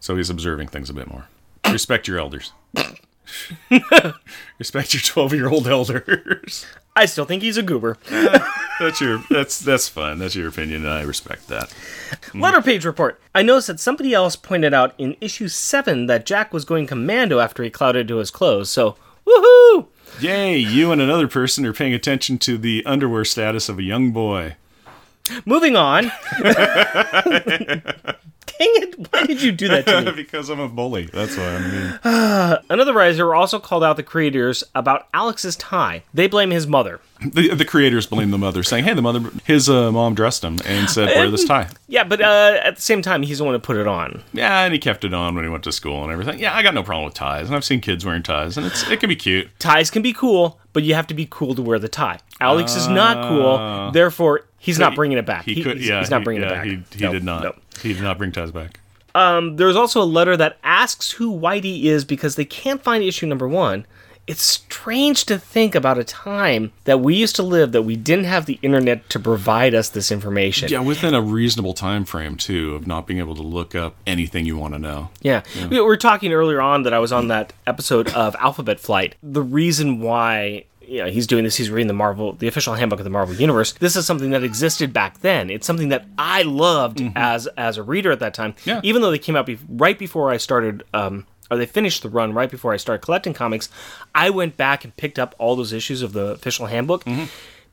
so he's observing things a bit more. Respect your elders. Respect your twelve-year-old elders.
I still think he's a goober.
that's your that's that's fun. That's your opinion, and I respect that.
Letter page report. I noticed that somebody else pointed out in issue seven that Jack was going commando after he clouded to his clothes. So, woohoo!
Yay, you and another person are paying attention to the underwear status of a young boy.
Moving on. Dang it! Why did you do that to me?
because I'm a bully. That's why I'm mean.
Another writer also called out the creators about Alex's tie. They blame his mother.
The, the creators blame the mother, saying, hey, the mother, his uh, mom dressed him and said, wear this tie.
Yeah, but uh, at the same time, he's the one who put it on.
Yeah, and he kept it on when he went to school and everything. Yeah, I got no problem with ties, and I've seen kids wearing ties, and it's it can be cute.
Ties can be cool, but you have to be cool to wear the tie. Alex is not cool, therefore he's not bringing it back. He- he's, he's not
Ah. he-
bringing
yeah,
it back.
He, he
No,
did not.
no.
He did not bring ties back.
There's also a letter that asks who Whitey is because they can't find issue number one. It's strange to think about a time that we used to live that we didn't have the internet to provide us this information.
Yeah, within a reasonable time frame too of not being able to look up anything you want to know.
Yeah. We we were talking earlier on that I was on that episode of Alphabet Flight. The reason why you know, he's doing this, he's reading the Marvel, the official handbook of the Marvel Universe. This is something that existed back then. It's something that I loved as as a reader at that time.
Yeah.
Even though they came out be- right before I started, um, or they finished the run right
Mm-hmm.
before I started collecting comics, I went back and picked up all those issues of the official handbook.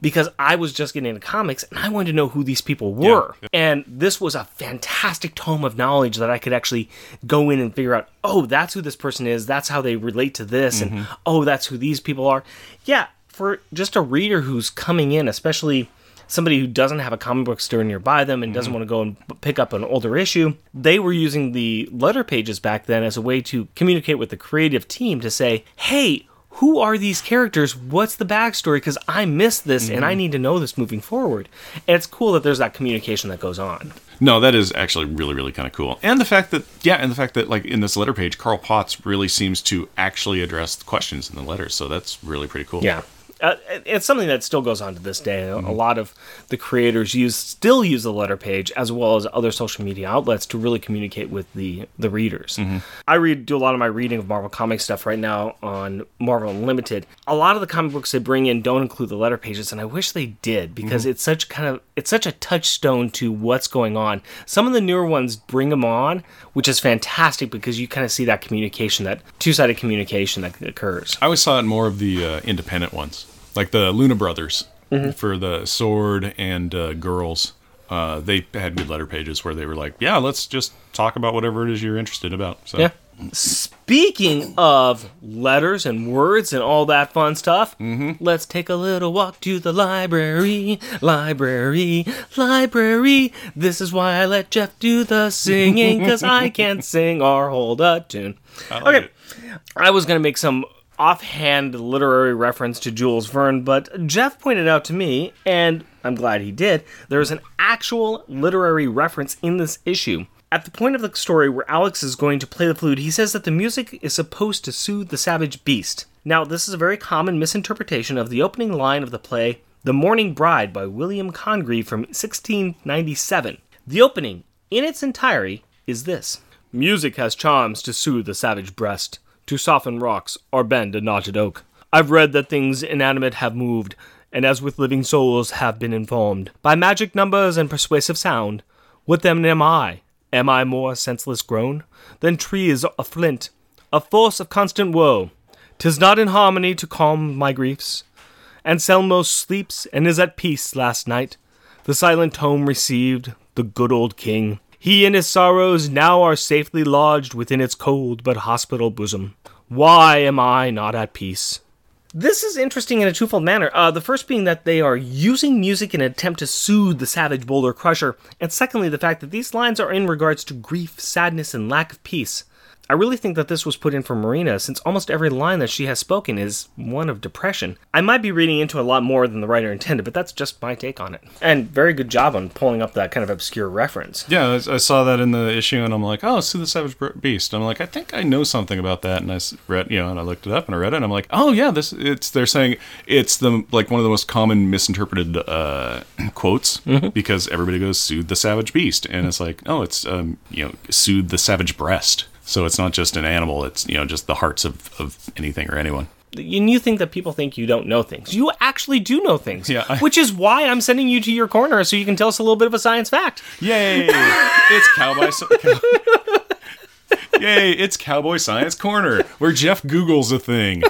because I was just getting into comics and I wanted to know who these people were.
Yeah.
And this was a fantastic tome of knowledge that I could actually go in and figure out, oh, that's who this person is. That's how they relate to this. And
Mm-hmm.
oh, that's who these people are. Yeah, for just a reader who's coming in, especially somebody who doesn't have a comic book store nearby them and doesn't want to go and b- pick up an older issue, they were using the letter pages back then as a way to communicate with the creative team to say, hey, who are these characters? What's the backstory? Because I missed this and I need to know this moving forward. And it's cool that there's that communication that goes on.
No, that is actually really, really kind of cool. And the fact that, yeah, and the fact that, like, in this letter page, Carl Potts really seems to actually address the questions in the letters. So that's really pretty cool.
Yeah. Uh, it- it's something that still goes on to this day. A- A lot of the creators use still use the letter page as well as other social media outlets to really communicate with the the readers. I read do a lot of my reading of Marvel comic stuff right now on Marvel Unlimited. A lot of the comic books they bring in don't include the letter pages, and I wish they did because it's such kind of it's such a touchstone to what's going on. Some of the newer ones bring them on, which is fantastic because you kind of see that communication, that two sided communication that occurs.
I always saw it in more of the uh, independent ones, like the Luna Brothers
Mm-hmm.
for the Sword and uh, Girls. Uh, they had good letter pages where they were like, yeah, let's just talk about whatever it is you're interested about. So,
Yeah. Speaking of letters and words and all that fun stuff,
Mm-hmm.
let's take a little walk to the library, library, library. This is why I let Jeff do the singing, because I can't sing or hold a tune.
I like
Okay.
it.
I was going to make some offhand literary reference to Jules Verne, but Jeff pointed out to me, and I'm glad he did, there's an actual literary reference in this issue. At the point of the story where Alex is going to play the flute, he says that the music is supposed to soothe the savage beast. Now, this is a very common misinterpretation of the opening line of the play The Morning Bride by William Congreve from 1697. The opening, in its entirety, is this. Music has charms to soothe the savage breast, to soften rocks or bend a knotted oak. I've read that things inanimate have moved, and as with living souls have been informed, by magic numbers and persuasive sound. What then am I? Am I more senseless grown than trees of flint, a force of constant woe? 'Tis not in harmony to calm my griefs. Anselmo sleeps and is at peace last night. The silent home received the good old king. He and his sorrows now are safely lodged within its cold but hospital bosom. Why am I not at peace? This is interesting in a twofold manner. Uh, the first being that they are using music in an attempt to soothe the savage boulder crusher, and secondly, the fact that these lines are in regards to grief, sadness, and lack of peace. I really think that this was put in for Marina, since almost every line that she has spoken is one of depression. I might be reading into a lot more than the writer intended, but that's just my take on it. And very good job on pulling up that kind of obscure reference.
Yeah, I- I saw that in the issue, and I'm like, oh, see the Savage Br- Beast. I'm like, I think I know something about that, and I s- read, you know, and I looked it up, and I read it, and I'm like, oh yeah, this it's they're saying it's the like one of the most common misinterpreted uh, quotes because everybody goes soothe the Savage Beast, and it's like, oh, it's um, you know, soothe the Savage Breast. So it's not just an animal; it's you know, just the hearts of of anything or anyone.
And you think that people think you don't know things. You actually do know things.
Yeah, I-
Which is why I'm sending you to your corner so you can tell us a little bit of a science fact.
Yay! it's cowboy. So- cow- Yay! It's cowboy science corner where Jeff Google's a thing,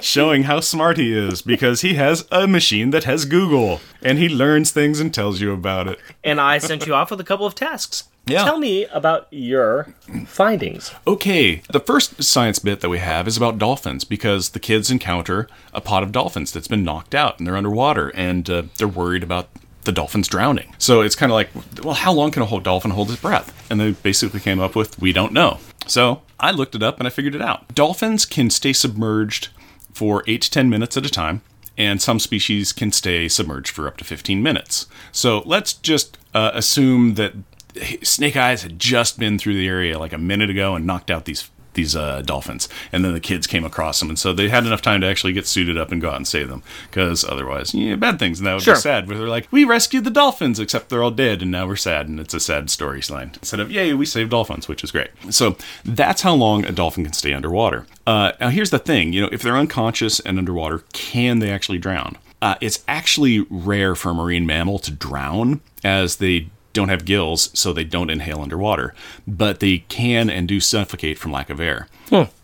showing how smart he is because he has a machine that has Google and he learns things and tells you about it.
And I sent you off with a couple of tasks.
Yeah.
Tell me about your findings.
Okay, the first science bit that we have is about dolphins because the kids encounter a pod of dolphins that's been knocked out and they're underwater and uh, they're worried about the dolphins drowning. So it's kind of like, well, how long can a whole dolphin hold its breath? And they basically came up with, we don't know. So I looked it up and I figured it out. Dolphins can stay submerged for 8 to 10 minutes at a time, and some species can stay submerged for up to 15 minutes. So let's just uh, assume that Snake Eyes had just been through the area like a minute ago and knocked out these these uh, dolphins, and then the kids came across them, and so they had enough time to actually get suited up and go out and save them, because otherwise, yeah, bad things, and that would
Sure.
be sad. Where they're like, we rescued the dolphins, except they're all dead, and now we're sad, and it's a sad story line instead of yay, we saved dolphins, which is great. So that's how long a dolphin can stay underwater. Uh, now here's the thing, you know, if they're unconscious and underwater, can they actually drown? Uh, it's actually rare for a marine mammal to drown, as they don't have gills, so they don't inhale underwater, but they can and do suffocate from lack of air.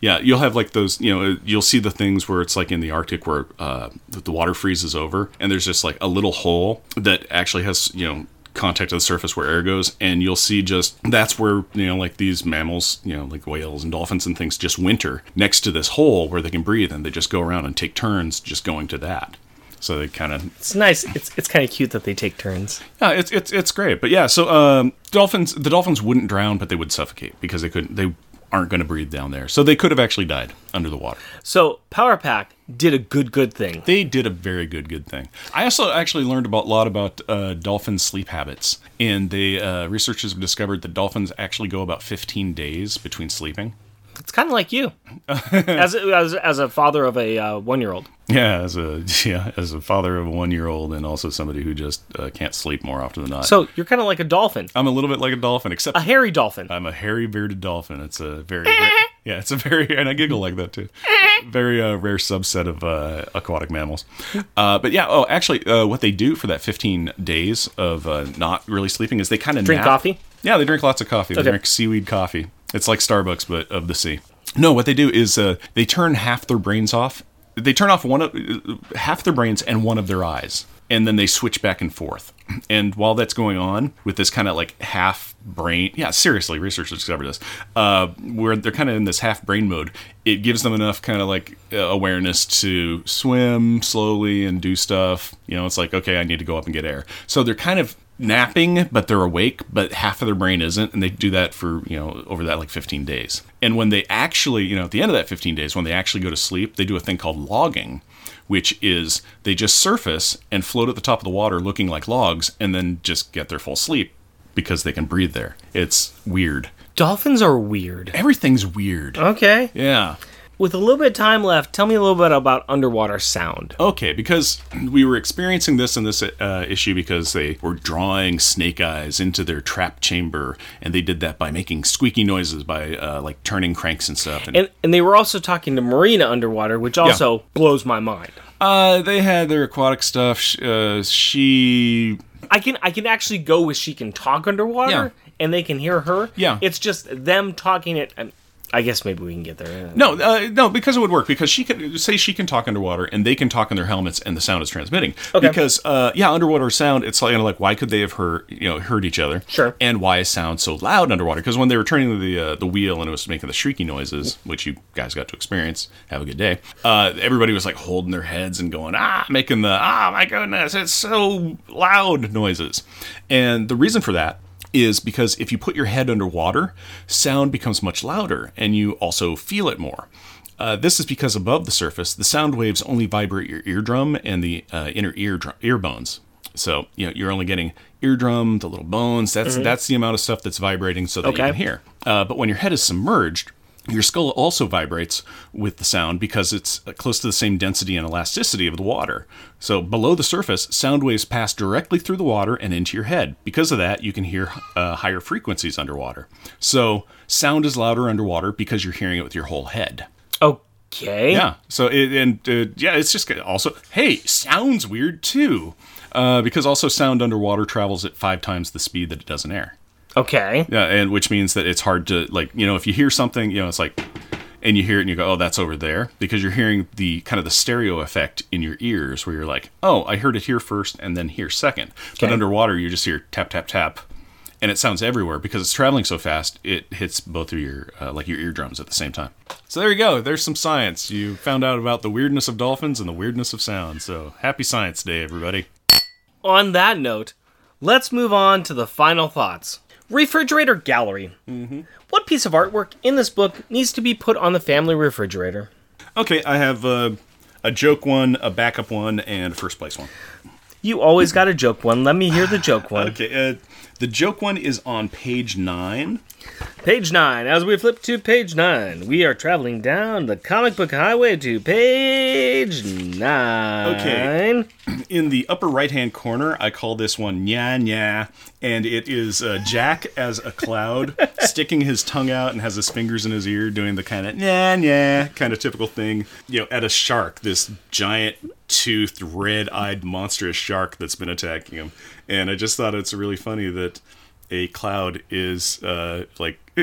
Yeah, you'll have like those, you know, you'll see the things where it's like in the Arctic where uh, the the water freezes over and there's just like a little hole that actually has, you know, contact to the surface where air goes and you'll see just that's where you know like these mammals you know like whales and dolphins and things just winter next to this hole where they can breathe and they just go around and take turns just going to that so they kind of
It's nice. It's it's kind of cute that they take turns.
yeah, it's it's it's great. But yeah, so um, dolphins the dolphins wouldn't drown, but they would suffocate because they couldn't they aren't going to breathe down there. So they could have actually died under the water.
So Power Pack did a good good thing.
They did a very good good thing. I also actually learned about a lot about uh, dolphin sleep habits, and they uh, researchers have discovered that dolphins actually go about 15 days between sleeping.
It's kind of like you, as, a- as as a father of a uh, one year old.
Yeah, as a yeah as a father of a one year old, and also somebody who just uh, can't sleep more often than not.
So you're kind of like a dolphin,
I'm a little bit like a dolphin, except
a hairy dolphin.
I'm a hairy bearded dolphin. It's a very yeah, it's a very and I giggle like that too. Very uh, rare subset of uh, aquatic mammals. Uh, but yeah, oh, actually, uh, what they do for that 15 days of uh, not really sleeping is they kind of
Drink coffee?
Yeah, they drink lots of coffee. They
Okay.
drink seaweed coffee. It's like Starbucks, but of the sea. No, what they do is uh, they turn half their brains off. They turn off one of uh, half their brains and one of their eyes, and then they switch back and forth. And while that's going on with this kind of like half brain, yeah, seriously, researchers discovered this, uh, where they're kind of in this half brain mode. It gives them enough kind of like uh, awareness to swim slowly and do stuff. You know, it's like okay, I need to go up and get air. So they're kind of napping but they're awake but half of their brain isn't and they do that for you know over that like 15 days and when they actually you know at the end of that 15 days when they actually go to sleep they do a thing called logging which is they just surface and float at the top of the water looking like logs and then just get their full sleep because they can breathe there it's weird
Dolphins are weird.
everything's weird
Uh, Okay.
yeah
With a little bit of time left, tell me a little bit about underwater sound.
Okay, because we were experiencing this in this uh, issue because they were drawing snake eyes into their trap chamber, and they did that by making squeaky noises by uh, like turning cranks and stuff. And,
And and they were also talking to Marina underwater, which also blows my mind.
uh, they had their aquatic stuff. Sh- Uh, she,
I can I can actually go with she can talk underwater
Yeah.
and they can hear her.
Yeah.
It's just them talking it. I- I guess maybe we can get there.
no, uh, no, because it would work because she can say she can talk underwater, and they can talk in their helmets, and the sound is transmitting.
Okay.
Because uh, yeah, underwater sound. It's like, you know, like why could they have heard you know heard each other?
Sure.
and why is sound so loud underwater? Because when they were turning the uh, the wheel and it was making the shrieky noises, which you guys got to experience, have a good day. Uh, everybody was like holding their heads and going ah, making the ah, my goodness, it's so loud noises. And the reason for that is because if you put your head underwater, sound becomes much louder, and you also feel it more. Uh, this is because above the surface, the sound waves only vibrate your eardrum and the uh, inner ear drum, ear bones. So you know you're only getting eardrum, the little bones. That's that's the amount of stuff that's vibrating so that
Okay.
you can hear. Uh, but when your head is submerged, your skull also vibrates with the sound because it's uh, close to the same density and elasticity of the water. So below the surface, sound waves pass directly through the water and into your head. Because of that, you can hear uh, higher frequencies underwater. So sound is louder underwater because you're hearing it with your whole head.
Okay.
Yeah. So it, and uh, yeah, it's just good. also hey, sounds weird too, uh, because also sound underwater travels at five times the speed that it does in air.
Okay.
Yeah, and which means that it's hard to like you know if you hear something you know it's like, and you hear it and you go oh that's over there because you're hearing the kind of the stereo effect in your ears where you're like oh I heard it here first and then here second, but
Okay.
underwater you just hear tap tap tap. And it sounds everywhere because it's traveling so fast. It hits both of your uh, like your eardrums at the same time. So there you go. There's some science. You found out about the weirdness of dolphins and the weirdness of sound. So happy Science Day, everybody.
On that note, let's move on to the final thoughts. Refrigerator gallery. Mm-hmm. What piece of artwork in this book needs to be put on the family refrigerator?
Okay, I have uh, a joke one, a backup one, and a first place one.
You always got a joke one. Let me hear the joke one.
Okay, uh, the joke one is on page nine.
Page 9. As we flip to page 9, we are traveling down the comic book highway to page 9.
Okay. In the upper right hand corner, I call this one Nya Nya, and it is uh, Jack as a cloud sticking his tongue out and has his fingers in his ear doing the kind of Nya Nya kind of typical thing, you know, at a shark, this giant toothed, red eyed, monstrous shark that's been attacking him. And I just thought it's really funny that a cloud is uh, like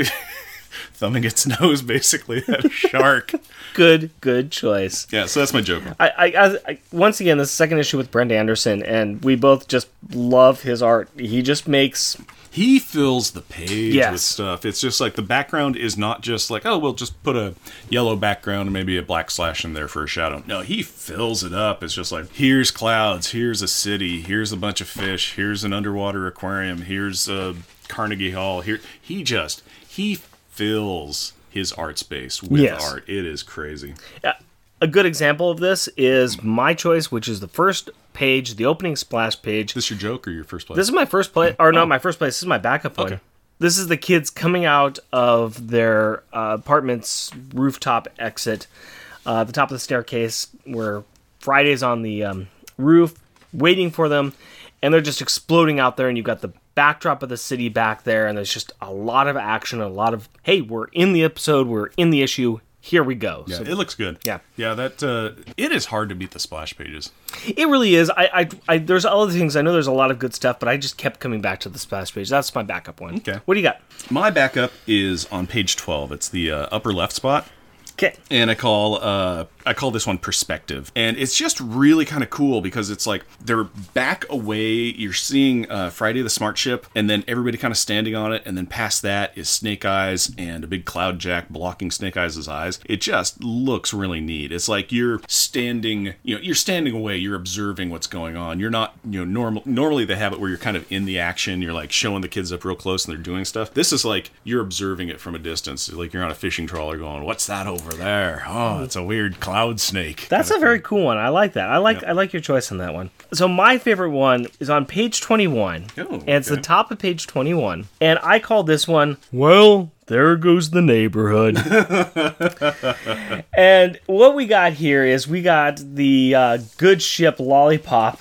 thumbing its nose basically at a shark.
Good, good choice.
yeah, so that's my joke.
I, I, I, I once again, this is the second issue with Brent Anderson, and we both just love his art. He just makes
He fills the page with
Yes.
stuff. It's just like the background is not just like, oh, we'll just put a yellow background and maybe a black slash in there for a shadow. No, he fills it up. It's just like, here's clouds, here's a city, here's a bunch of fish, here's an underwater aquarium, here's uh, Carnegie Hall. Here, he just he fills his art space with
Yes.
art. It is crazy.
uh, a good example of this is my choice, which is the first page, the opening splash page.
This your joke or your first place?
This is my first play, or not my first place. This is my backup one.
Oh. Okay.
This is the kids coming out of their uh, apartment's rooftop exit, uh, at the top of the staircase where Friday's on the um, roof waiting for them, and they're just exploding out there. And you've got the backdrop of the city back there, and there's just a lot of action, a lot of hey, we're in the episode, we're in the issue. Here we go.
yeah,
So
it looks good.
Yeah.
yeah. That uh, it is hard to beat the splash pages.
It really is. I, I, I, there's other things. I know there's a lot of good stuff, but I just kept coming back to the splash page. That's my backup one.
Okay.
What do you got?
My backup is on page 12. It's the uh, upper left spot.
Okay.
And I call uh, I call this one perspective, and it's just really kind of cool because it's like they're back away. You're seeing uh, Friday the Smart Ship, and then everybody kind of standing on it, and then past that is Snake Eyes and a big cloud jack blocking Snake Eyes' eyes. It just looks really neat. It's like you're standing, you know, you're standing away. You're observing what's going on. You're not, you know, normal. Normally they have it where you're kind of in the action. You're like showing the kids up real close and they're doing stuff. This is like you're observing it from a distance. Like you're on a fishing trawler going, "What's that over there? Oh, it's a weird cloud snake."
That's a very cool one. I like that. I like I like your choice on that one. So my favorite one is on page 21.
Oh,
and it's the
okay.
top of page 21. And I call this one, well, there goes the neighborhood. and what we got here is we got the uh, good ship Lollipop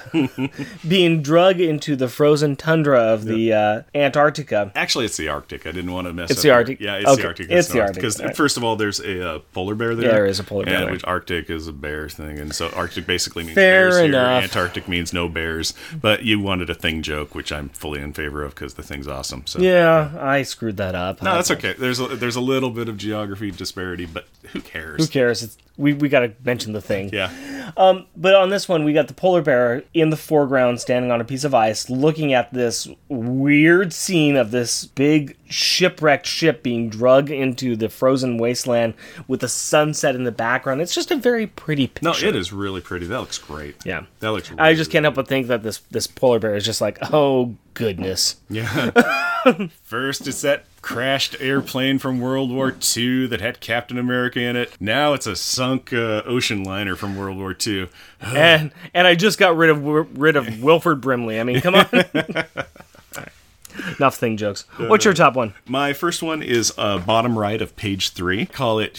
being drug into the frozen tundra of the uh, Antarctica.
Actually, it's the Arctic. I didn't want to mess
It's
up
the
your-
Arctic.
Yeah, it's
Okay,
the Arctic.
it's the Arctic.
Because
Alright.
first of all, there's a uh, polar bear there.
There is a polar bear
And
there.
which Arctic is a bear thing, and so Arctic basically means
Fair
bears
enough.
here. Antarctic means no bears. But you wanted a thing joke, which I'm fully in favor of because the thing's awesome. So
Yeah, I screwed that up.
No, that's okay. There's a, there's a little bit of geography disparity, but who cares?
Who cares? It's, we we got to mention the thing.
Yeah,
But on this one, we got the polar bear in the foreground standing on a piece of ice looking at this weird scene of this big shipwrecked ship being drug into the frozen wasteland with the sunset in the background. It's just a very pretty picture.
no, it is really pretty. That looks great.
Yeah.
that looks. Really
I just can't help but think that this, this polar bear is just like, oh, goodness.
First, it's that crashed airplane from World War II that had Captain America in it. Now it's a sunk uh, ocean liner from World War II.
and and I just got rid of rid of Wilford Brimley. I mean, come on. All right. Enough thing jokes. What's your
Uh,
top one?
My first one is uh, bottom right of page three. Call it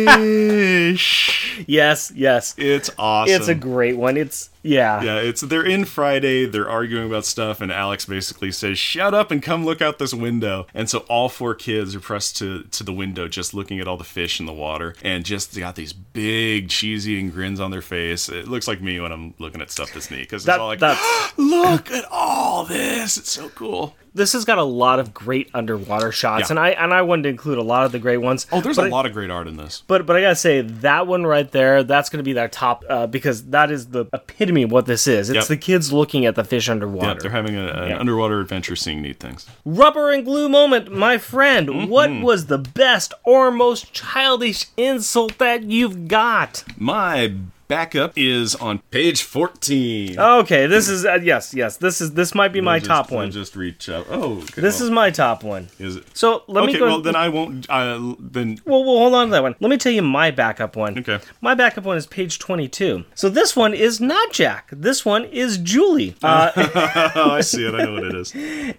fish.
Yes, yes.
it's awesome.
It's a great one. It's yeah.
Yeah, it's they're in Friday, they're arguing about stuff, and Alex basically says, Shut up and come look out this window. And so all four kids are pressed to, to the window, just looking at all the fish in the water, and just they got these big cheese eating grins on their face. It looks like me when I'm looking at stuff that's neat, because it's
That,
all like
that's
Look at all this. It's so cool.
this has got a lot of great underwater shots,
Yeah.
and I and I wanted to include a lot of the great ones.
Oh, there's
but
a lot of great art in this.
But but I gotta say that one right there, that's gonna be their top uh, because that is the epitome of what this is. It's
Yep.
the kids looking at the fish
Yeah,
underwater.
they're having a, an
Yeah.
underwater adventure seeing neat things.
Rubber and glue moment, my friend. What
Mm-hmm.
was the best or most childish insult that you've got?
My backup is on page 14.
Okay, this is uh, yes, yes. This is this might be Oh, my
Just-
top
I'll
one.
Just reach up. Oh, okay,
This
well,
is my top one.
is it?
So let
okay,
me go.
well then I won't. Uh, then
Well, well, hold on to that one. Let me tell you my backup one.
Okay.
My backup one is page 22. So this one is not Jack. This one is Julie. Uh,
oh, I see it. I know what it is.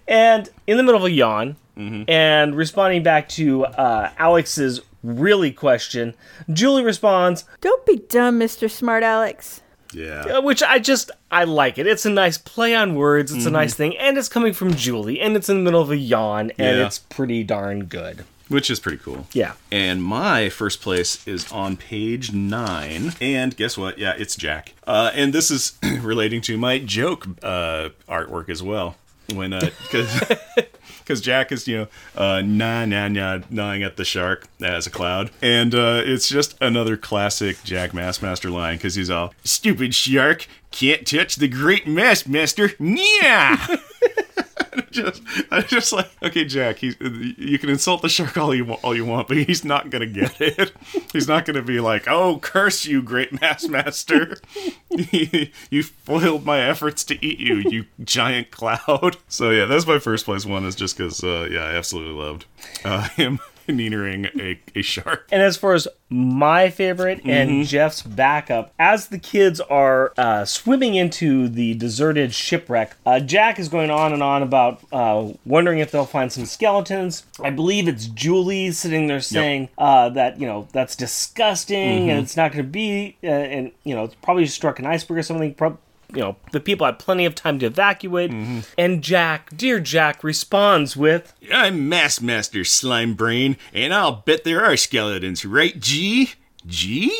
and in the middle of a yawn, and responding back to uh, Alex's really question, Julie responds,
Don't be dumb, Mr. Smart Alex.
Yeah,
uh, which I just, I like it. It's a nice play on words. It's a nice thing. And it's coming from Julie. And it's in the middle of a yawn. And
Yeah.
it's pretty darn good.
which is pretty cool.
Yeah.
And my first place is on page nine. And guess what? Yeah, it's Jack. Uh, and this is relating to my joke uh, artwork as well. when uh 'cause because Jack is you know uh, nah nah nah gnawing at the shark as a cloud, and uh, it's just another classic Jack Massmaster line because he's all stupid shark can't touch the great Massmaster. Yeah. Just, I'm just like, okay, Jack. He's, you can insult the shark all you wa- all you want, but he's not gonna get it. He's not gonna be like, "Oh, curse you, great mass master! you foiled my efforts to eat you, you giant cloud." So yeah, that's my first place one. Is just because, uh, yeah, I absolutely loved uh, him neanering a, a shark.
And as far as my favorite and Jeff's backup, as the kids are uh, swimming into the deserted shipwreck, uh, Jack is going on and on about uh, wondering if they'll find some skeletons. I believe it's Julie sitting there saying uh, that, you know, that's disgusting and it's not going to be, uh, and, you know, it's probably struck an iceberg or something. Prob- you know, the people had plenty of time to evacuate. And Jack, dear Jack, responds with,
I'm mass master, slime brain, and I'll bet there are skeletons, right? G G.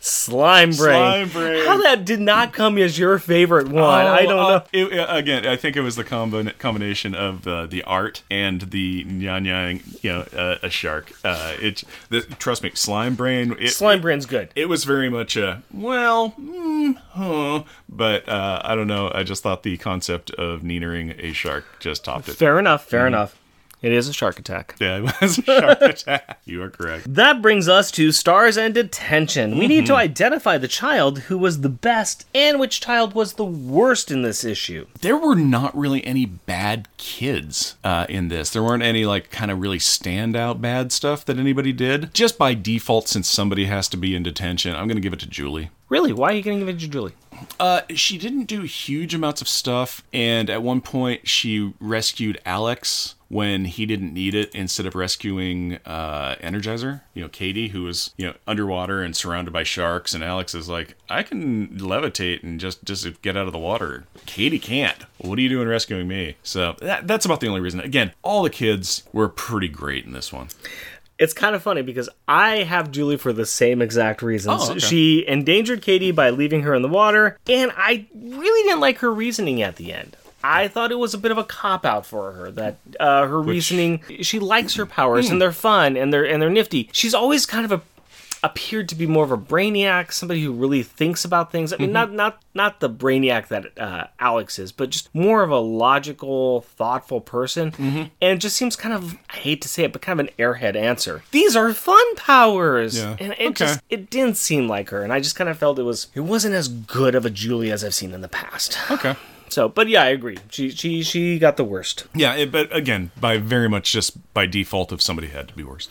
Slime brain.
Slime brain.
How that did not come as your favorite one?
Oh,
I don't
uh,
know.
it- uh, again, I think it was the combo- combination of uh, the art and the nyan you know, uh, a shark. Uh, it, the, trust me, slime brain. It,
Slime brain's good.
It was very much a well, mm, huh, but uh, I don't know. I just thought the concept of neanering a shark just topped it.
Fair enough. Fair enough. It is a shark attack.
Yeah, it was a shark attack. You are correct.
That brings us to stars and detention. We need to identify the child who was the best and which child was the worst in this issue.
there were not really any bad kids uh, in this. There weren't any like kind of really standout bad stuff that anybody did. Just by default, since somebody has to be in detention, I'm going to give it to Julie.
Really? Why are you going to give it to Julie?
Uh, she didn't do huge amounts of stuff, and at one point she rescued Alex when he didn't need it instead of rescuing uh, Energizer. You know, Katie, who was you know underwater and surrounded by sharks, and Alex is like, I can levitate and just just get out of the water. Katie can't. What are you doing rescuing me? So that, that's about the only reason. Again, all the kids were pretty great in this one.
It's kind of funny because I have Julie for the same exact reasons.
Oh, okay.
She endangered Katie by leaving her in the water, and I really didn't like her reasoning at the end. I thought it was a bit of a cop out for her that uh, her reasoning. She likes her powers
Hmm.
and they're fun and they're and they're nifty. She's always kind of a appeared to be more of a brainiac, somebody who really thinks about things. I mean, not not not the brainiac that uh, Alex is, but just more of a logical, thoughtful person.
Mm-hmm.
And it just seems kind of I hate to say it, but kind of an airhead answer. These are fun powers,
Yeah.
and it
Okay.
just it didn't seem like her. And I just kind of felt it was it wasn't as good of a Julie as I've seen in the past.
Okay.
So, but yeah, I agree. She she she got the worst.
Yeah, it, but again, by very much just by default of somebody had to be worse.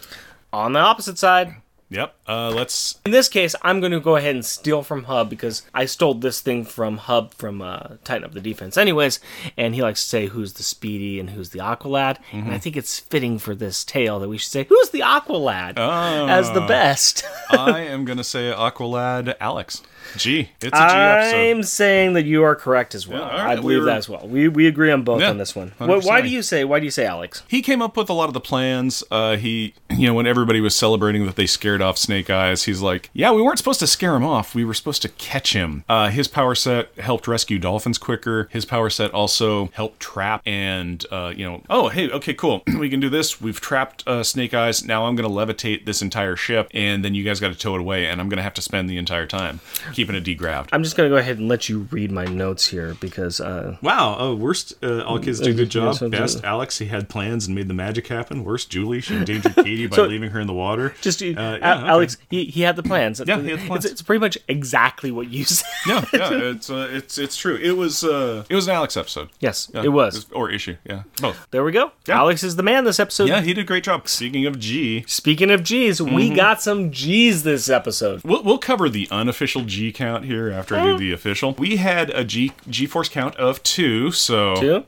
On the opposite side,
Yep. Uh, let's
In this case, I'm going to go ahead and steal from Hub because I stole this thing from Hub from uh, Tighten Up the Defense, anyways. And he likes to say who's the Speedy and who's the Aqualad. And
Mm-hmm.
I think it's fitting for this tale that we should say who's the Aqualad as
Oh.
the best.
I am gonna say Aqualad Alex. G. It's a G
I'm
episode.
saying that you are correct as well.
Yeah, all right,
I believe
we're-
that as well. We, we agree on both
Yeah,
on this one. Wh- Why do
100%.
you say? Why do you say Alex?
He came up with a lot of the plans. Uh, he, you know, when everybody was celebrating that they scared off Snake Eyes, he's like, "Yeah, we weren't supposed to scare him off. We were supposed to catch him." Uh, his power set helped rescue dolphins quicker. His power set also helped trap and, uh, you know, oh hey, okay, cool, we can do this. We've trapped uh, Snake Eyes. Now I'm gonna levitate this entire ship, and then you guys got to tow it away, and I'm gonna have to spend the entire time keeping it degraved.
I'm just going to go ahead and let you read my notes here because uh,
Wow. Oh, worst. Uh, all kids did a
Mm,
good job.
so-
Best. Alex. He had plans and made the magic happen. Worst. Julie. She endangered Katie by leaving her in the water.
just uh,
yeah, okay.
Alex. He, he had the plans.
Yeah, he had the plans.
It's, it's pretty much exactly what you said.
Yeah. Yeah. It's uh, it's it's true. It was uh it was an Alex episode.
Yes,
Yeah,
it was.
or issue. Yeah. Both.
There we go. Alex is the man this episode.
Yeah. Mm-hmm. He did a great job. Speaking of G.
Speaking of G's, we got some G's this episode.
We'll, we'll cover the unofficial G count here after
Oh.
I do the official. We had a G G force count of two, so
Two.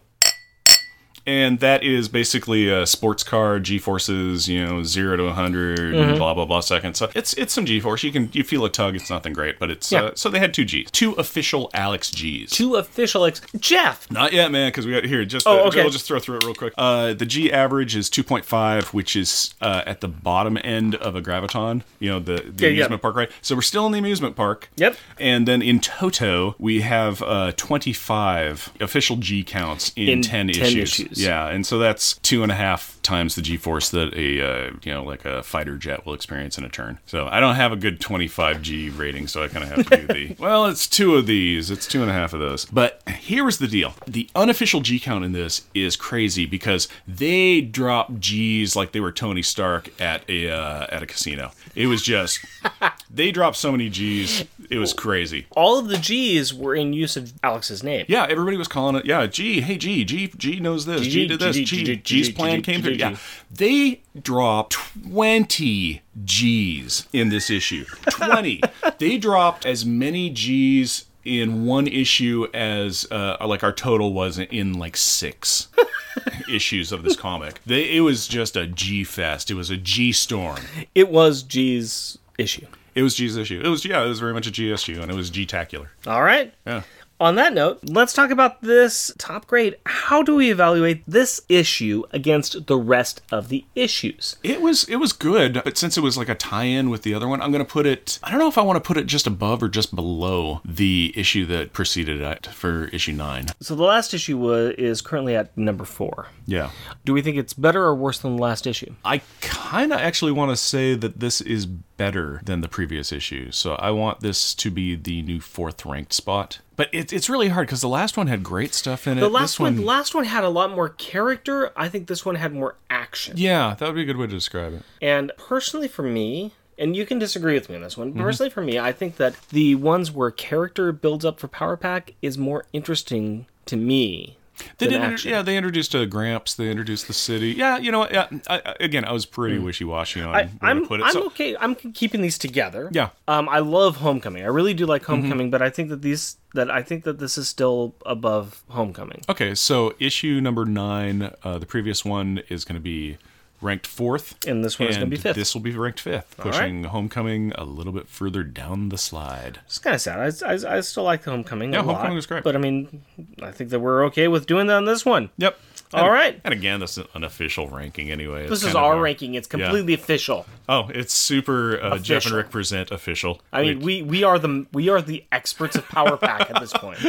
and that is basically a sports car G forces, you know, zero to 100
Mm-hmm.
and blah blah blah seconds. So it's it's some G force. You can you feel a tug. It's nothing great, but it's uh, so they had two Gs, two official Alex Gs.
Two official ex. Jeff!
Not yet, man, because we got here. Just
Oh,
uh,
okay.
we'll just throw through it real quick. Uh, the G average is 2.5, which is uh, at the bottom end of a graviton. You know the, the
Yeah, yeah.
amusement park, right? So we're still in the amusement park.
Yep.
And then in toto, we have uh, 25 official G counts in,
In
10,
10
issues.
issues.
Yeah, and so that's two and a half times the G force that a uh, you know like a fighter jet will experience in a turn. So I don't have a good 25 G rating, so I kind of have to do the well, it's two of these, it's two and a half of those. But here is the deal: the unofficial G count in this is crazy because they drop G's like they were Tony Stark at a uh, at a casino. It was just they dropped so many G's, it was crazy.
All of the G's were in use of Alex's name.
Yeah, everybody was calling it. Yeah, G, hey G, G, G knows this. G,
G,
did this.
G,
G,
G, G,
G's
G,
plan
G,
came
G,
through.
G.
Yeah, they dropped twenty G's in this issue. Twenty. they dropped as many G's in one issue as uh, like our total was in like six issues of this comic. They, it was just a G fest. It was a G storm.
It was G's issue.
It was G's issue. It was yeah. It was very much a G issue, and it was G-tacular.
All right.
Yeah.
On that note, let's talk about this top grade. How do we evaluate this issue against the rest of the issues?
It was it was good, but since it was like a tie-in with the other one, I'm gonna put it. I don't know if I want to put it just above or just below the issue that preceded it for issue nine.
So the last issue was, is currently at number four.
Yeah,
Do we think it's better or worse than the last issue?
I kind of actually want to say that this is better than the previous issue, so I want this to be the new fourth ranked spot. But it, it's really hard because the last one had great stuff in it.
The last
This
one, last one had a lot more character. I think this one had more action.
yeah, that would be a good way to describe it.
And personally, for me, and you can disagree with me on this one.
Mm-hmm.
Personally, for me, I think that the ones where character builds up for Power Pack is more interesting to me.
They
than
did, inter-
action.
yeah. They introduced uh, Gramps. They introduced the city. Yeah, you know what? Yeah, I, I- again, I was pretty wishy-washy on
Hmm. I,
where
I'm,
to put it.
I'm
so-
okay. I'm keeping these together.
Yeah. Mm-hmm.
Um, I love Homecoming. I really do like Homecoming, but I think that these that I think that this is still above Homecoming.
Okay, so issue number nine, uh, the previous one is going to be ranked fourth,
And this one is gonna
and
be fifth.
This will be ranked fifth,
right.
pushing Homecoming a little bit further down the slide.
It's kind of sad. I, I, I still like Homecoming.
Yeah,
a lot,
Homecoming was great.
But I mean, I think that we're okay with doing that on this one.
Yep.
All
and,
right.
And again, this is an official ranking anyway. It's
This is
kind of
our
a-
ranking. It's completely official.
Oh, it's super uh, Jeff and
Official.
Rick present official.
I mean, we we are the we are the experts of Power Pack at this point.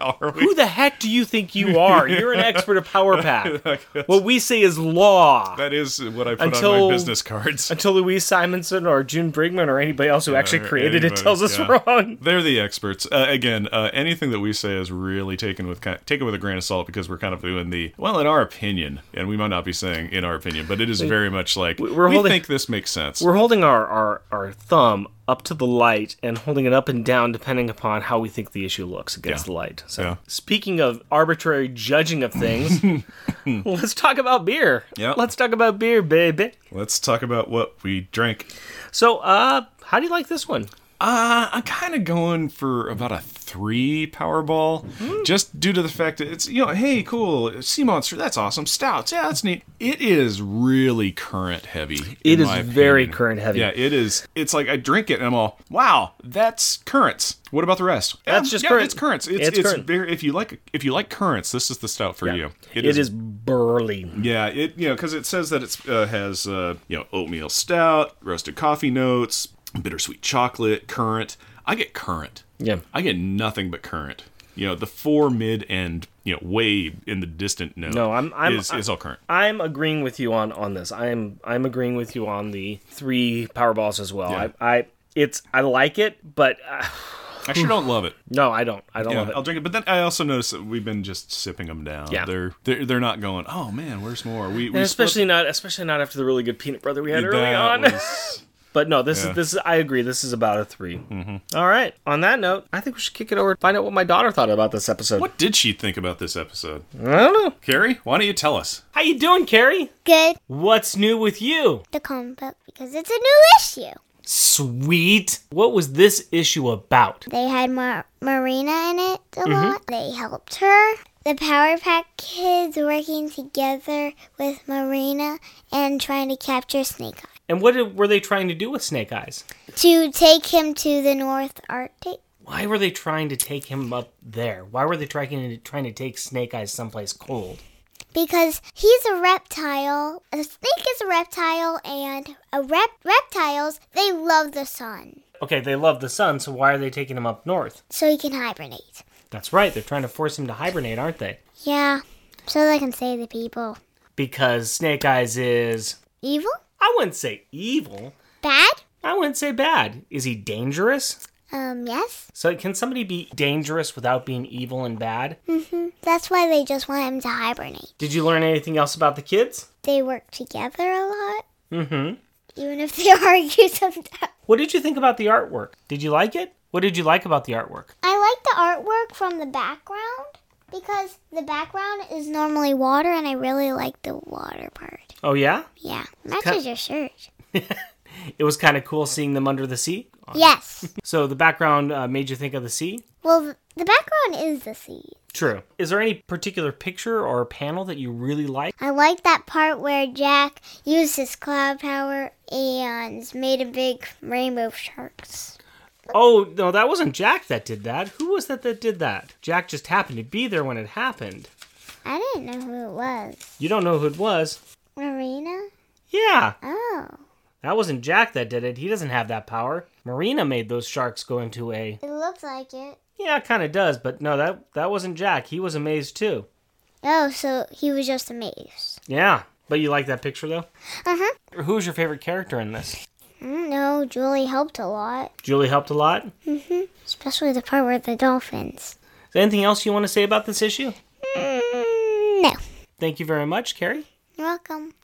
are we?
Who the heck do you think you are? You're an expert of Power Pack. What we say is law.
That is what I put on
Until-
my business cards.
until Louise Simonson or June Brigman or anybody else who actually
Or
created it
Uh, anybody,
tells us
yeah.
wrong.
They're the experts. Uh, again, uh, anything that we say is really taken with ki- taken with a grain of salt because we're kind of doing the well, in our opinion, and we might not be saying in our opinion, but it is very much like
we're
we
holding-
think this makes sense.
We're holding our, our, our thumb up to the light and holding it up and down depending upon how we think the issue looks against
Yeah.
the light. So,
Yeah.
speaking of arbitrary judging of things, let's talk about beer.
Yeah.
Let's talk about beer, baby.
Let's talk about what we drank.
So, uh, how do you like this one?
Uh, I'm kind of going for about a three Powerball,
Mm-hmm.
just due to the fact that it's you know, hey, cool, sea monster, that's awesome, stouts, yeah, that's neat. It is really current heavy.
It
in
is
my
very
opinion.
current heavy.
Yeah, it is. It's like I drink it and I'm all, wow, that's currents. What about the rest?
That's
Yeah,
just
yeah,
currant.
It's currents. It's,
It's
it's,
currant.
very. If you like, if you like currants, this is the stout for you.
it is burly.
Yeah, it you know because it says that it's uh, has uh, you know oatmeal stout, roasted coffee notes, bittersweet chocolate, currant. I get currant.
Yeah.
I get nothing but currant. You know the four mid and you know way in the distant note.
No, I'm- I'm-
is, is all current.
I'm agreeing with you on on this. I'm I'm agreeing with you on the three power balls as well.
Yeah.
I, I it's I like it, but uh,
I sure don't love it.
no, I don't. I don't
Yeah,
love it.
I'll drink it. But then I also notice that we've been just sipping them down.
Yeah.
They're, they're they're not going. Oh man, where's more? We, we
And
split-
especially not especially not after the really good peanut brother we had
that
early on.
was-
but no, this
Yeah.
is this is I agree. This is about a 3 All right. On that note, I think we should kick it over and find out what my daughter thought about this episode.
what did she think about this episode?
I don't know.
Carrie, why don't you tell us?
How you doing, Carrie?
Good
What's new with you?
the comic book because it's a new issue.
Sweet. What was this issue about?
They had Mar- Marina in it a lot. They helped her. the Power Pack kids working together with Marina and trying to capture Snake Eye.
And what did- were they trying to do with Snake Eyes?
To take him to the North Arctic.
Why were they trying to take him up there? Why were they trying to, trying to take Snake Eyes someplace cold?
because he's a reptile. A snake is a reptile, and a rep- reptiles they love the sun,
Okay, they love the sun, so why are they taking him up north?
so he can hibernate.
That's right, they're trying to force him to hibernate, aren't they?
Yeah, so they can save the people.
Because Snake Eyes is.
Evil?
I wouldn't say evil.
Bad?
I wouldn't say bad. Is he dangerous?
Um, yes.
So can somebody be dangerous without being evil and bad?
That's why they just want him to hibernate.
Did you learn anything else about the kids?
They work together a lot,
Mm-hmm.
even if they argue sometimes.
What did you think about the artwork? Did you like it? What did you like about the artwork?
I like the artwork from the background because the background is normally water, and I really like the water part.
Oh yeah?
Yeah, matches your shirt.
It was kind of cool seeing them under the sea.
Yes.
So the background uh, made you think of the sea?
Well, th- the background is the sea.
True. Is there any particular picture or panel that you really like?
I like that part where Jack used his cloud power and made a big rainbow of sharks.
Oh, no, that wasn't Jack that did that. Who was that that did that? Jack just happened to be there when it happened.
I didn't know who it was.
You don't know who it was.
Marina?
Yeah,
Oh,
that wasn't Jack that did it. He doesn't have that power. Marina made those sharks go into a
it looks like it.
Yeah, it kind of does, but no, that that wasn't Jack. He was amazed too.
Oh, so he was just amazed.
Yeah, but you like that picture though.
Uh huh.
Who was your favorite character in this?
No, Julie helped a lot,
Julie helped a lot. Is
especially the part with the dolphins.
there anything else you want to say about this issue?
Mm, no.
Thank you very much, Carrie.
You're welcome.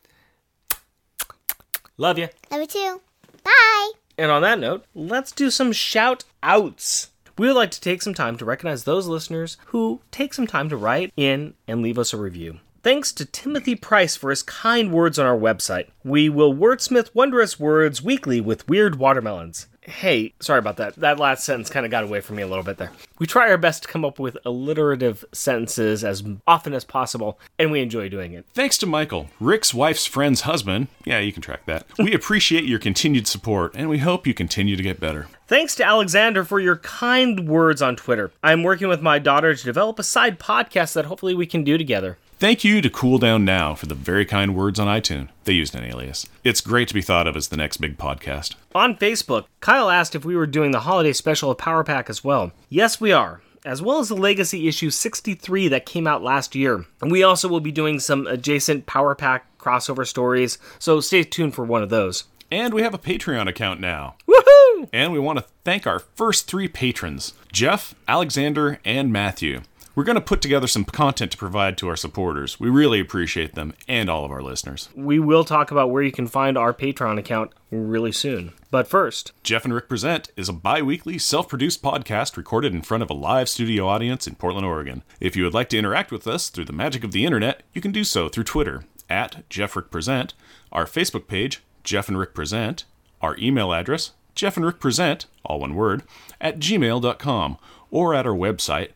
Love you.
Love you too. Bye.
And on that note, let's do some shout outs. We would like to take some time to recognize those listeners who take some time to write in and leave us a review. Thanks to Timothy Price for his kind words on our website. We will wordsmith wondrous words weekly with weird watermelons. Hey, sorry about that. That last sentence kind of got away from me a little bit there. We try our best to come up with alliterative sentences as often as possible, and we enjoy doing it.
Thanks to Michael, Rick's wife's friend's husband. Yeah, you can track that. We appreciate your continued support, and we hope you continue to get better.
Thanks to Alexander for your kind words on Twitter. I'm working with my daughter to develop a side podcast that hopefully we can do together.
Thank you to Cool Down Now for the very kind words on iTunes. They used an alias. It's great to be thought of as the next big podcast.
On Facebook, Kyle asked if we were doing the holiday special of Power Pack as well. Yes, we are. As well as the Legacy issue 63 that came out last year. And we also will be doing some adjacent Power Pack crossover stories, so stay tuned for one of those.
And we have a Patreon account now.
Woohoo!
And we want to thank our first three patrons Jeff, Alexander, and Matthew. We're going to put together some content to provide to our supporters. We really appreciate them and all of our listeners.
We will talk about where you can find our Patreon account really soon. But first,
Jeff and Rick Present is a bi weekly self produced podcast recorded in front of a live studio audience in Portland, Oregon. If you would like to interact with us through the magic of the internet, you can do so through Twitter at Jeff Rick Present, our Facebook page, Jeff and Rick Present, our email address, Jeff and Rick Present, all one word, at gmail.com, or at our website,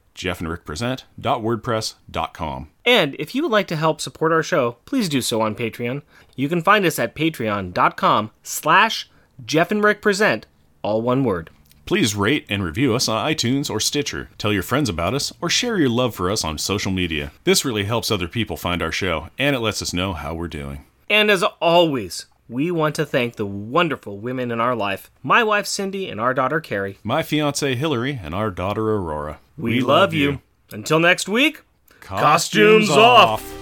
jeffandrickpresent.wordpress.com.
And if you would like to help support our show, please do so on Patreon. You can find us at patreon.com slash Jeff and Rick Present, all one word.
Please rate and review us on iTunes or Stitcher. Tell your friends about us or share your love for us on social media. This really helps other people find our show and it lets us know how we're doing.
And as always, we want to thank the wonderful women in our life, my wife Cindy and our daughter Carrie.
My fiance Hillary and our daughter Aurora.
We, love, you. Until next week,
Costumes,
Costumes
off.
off.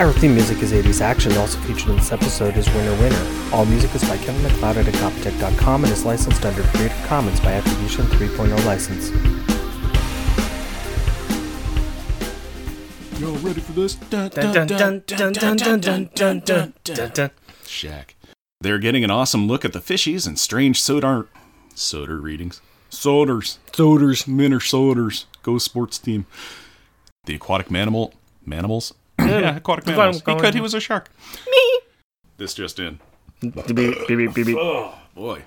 Our theme music is 80s Action. Also featured in this episode is Winner Winner. All music is by Kevin McLeod at Incompetech.com and is licensed under Creative Commons by Attribution 3.0 license.
Y'all ready for this? Dun,
Dun, dun, dun, dun, dun, dun, dun, dun, dun, dun, dun.
Shack. They're getting an awesome look at the fishies and strange soda soda readings. Soders. Soders. Men are soders. Go sports team. The aquatic manimal manimals. yeah, aquatic mammals. He could. He was a shark. Me. This just in.
Beep, beep, beep, beep, beep.
Oh boy.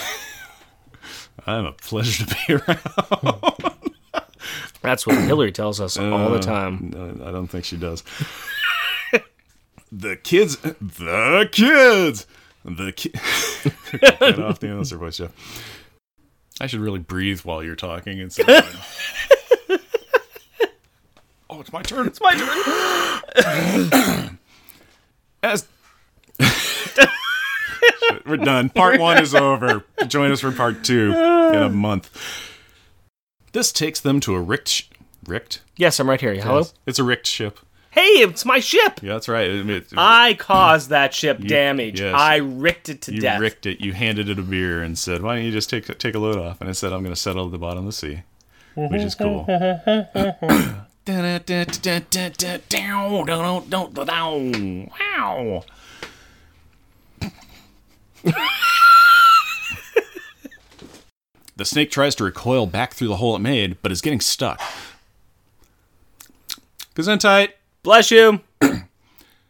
I'm a pleasure to be around.
That's what Hillary tells us all the time.
Uh, No, I don't think she does. the kids, the kids, the kids. Cut off the announcer voice, Jeff. I should really breathe while you're talking. Instead of oh, it's my turn. It's my turn. As Shit, we're done. Part one is over. Join us for part two in a month. This takes them to a ricked, sh- ricked
Yes, I'm right here. Hello?
it's a ricked ship.
Hey, it's my ship!
Yeah, that's right. It- it-
I caused that ship damage.
yes.
I ricked it to
you
death.
ricked it. You handed it a beer and said, "Why don't you just take take a load off?" And it said, "I'm going to settle at the bottom of the sea," which is cool.
Wow.
The snake tries to recoil back through the hole it made, but is getting stuck. Gesundheit.
Bless you.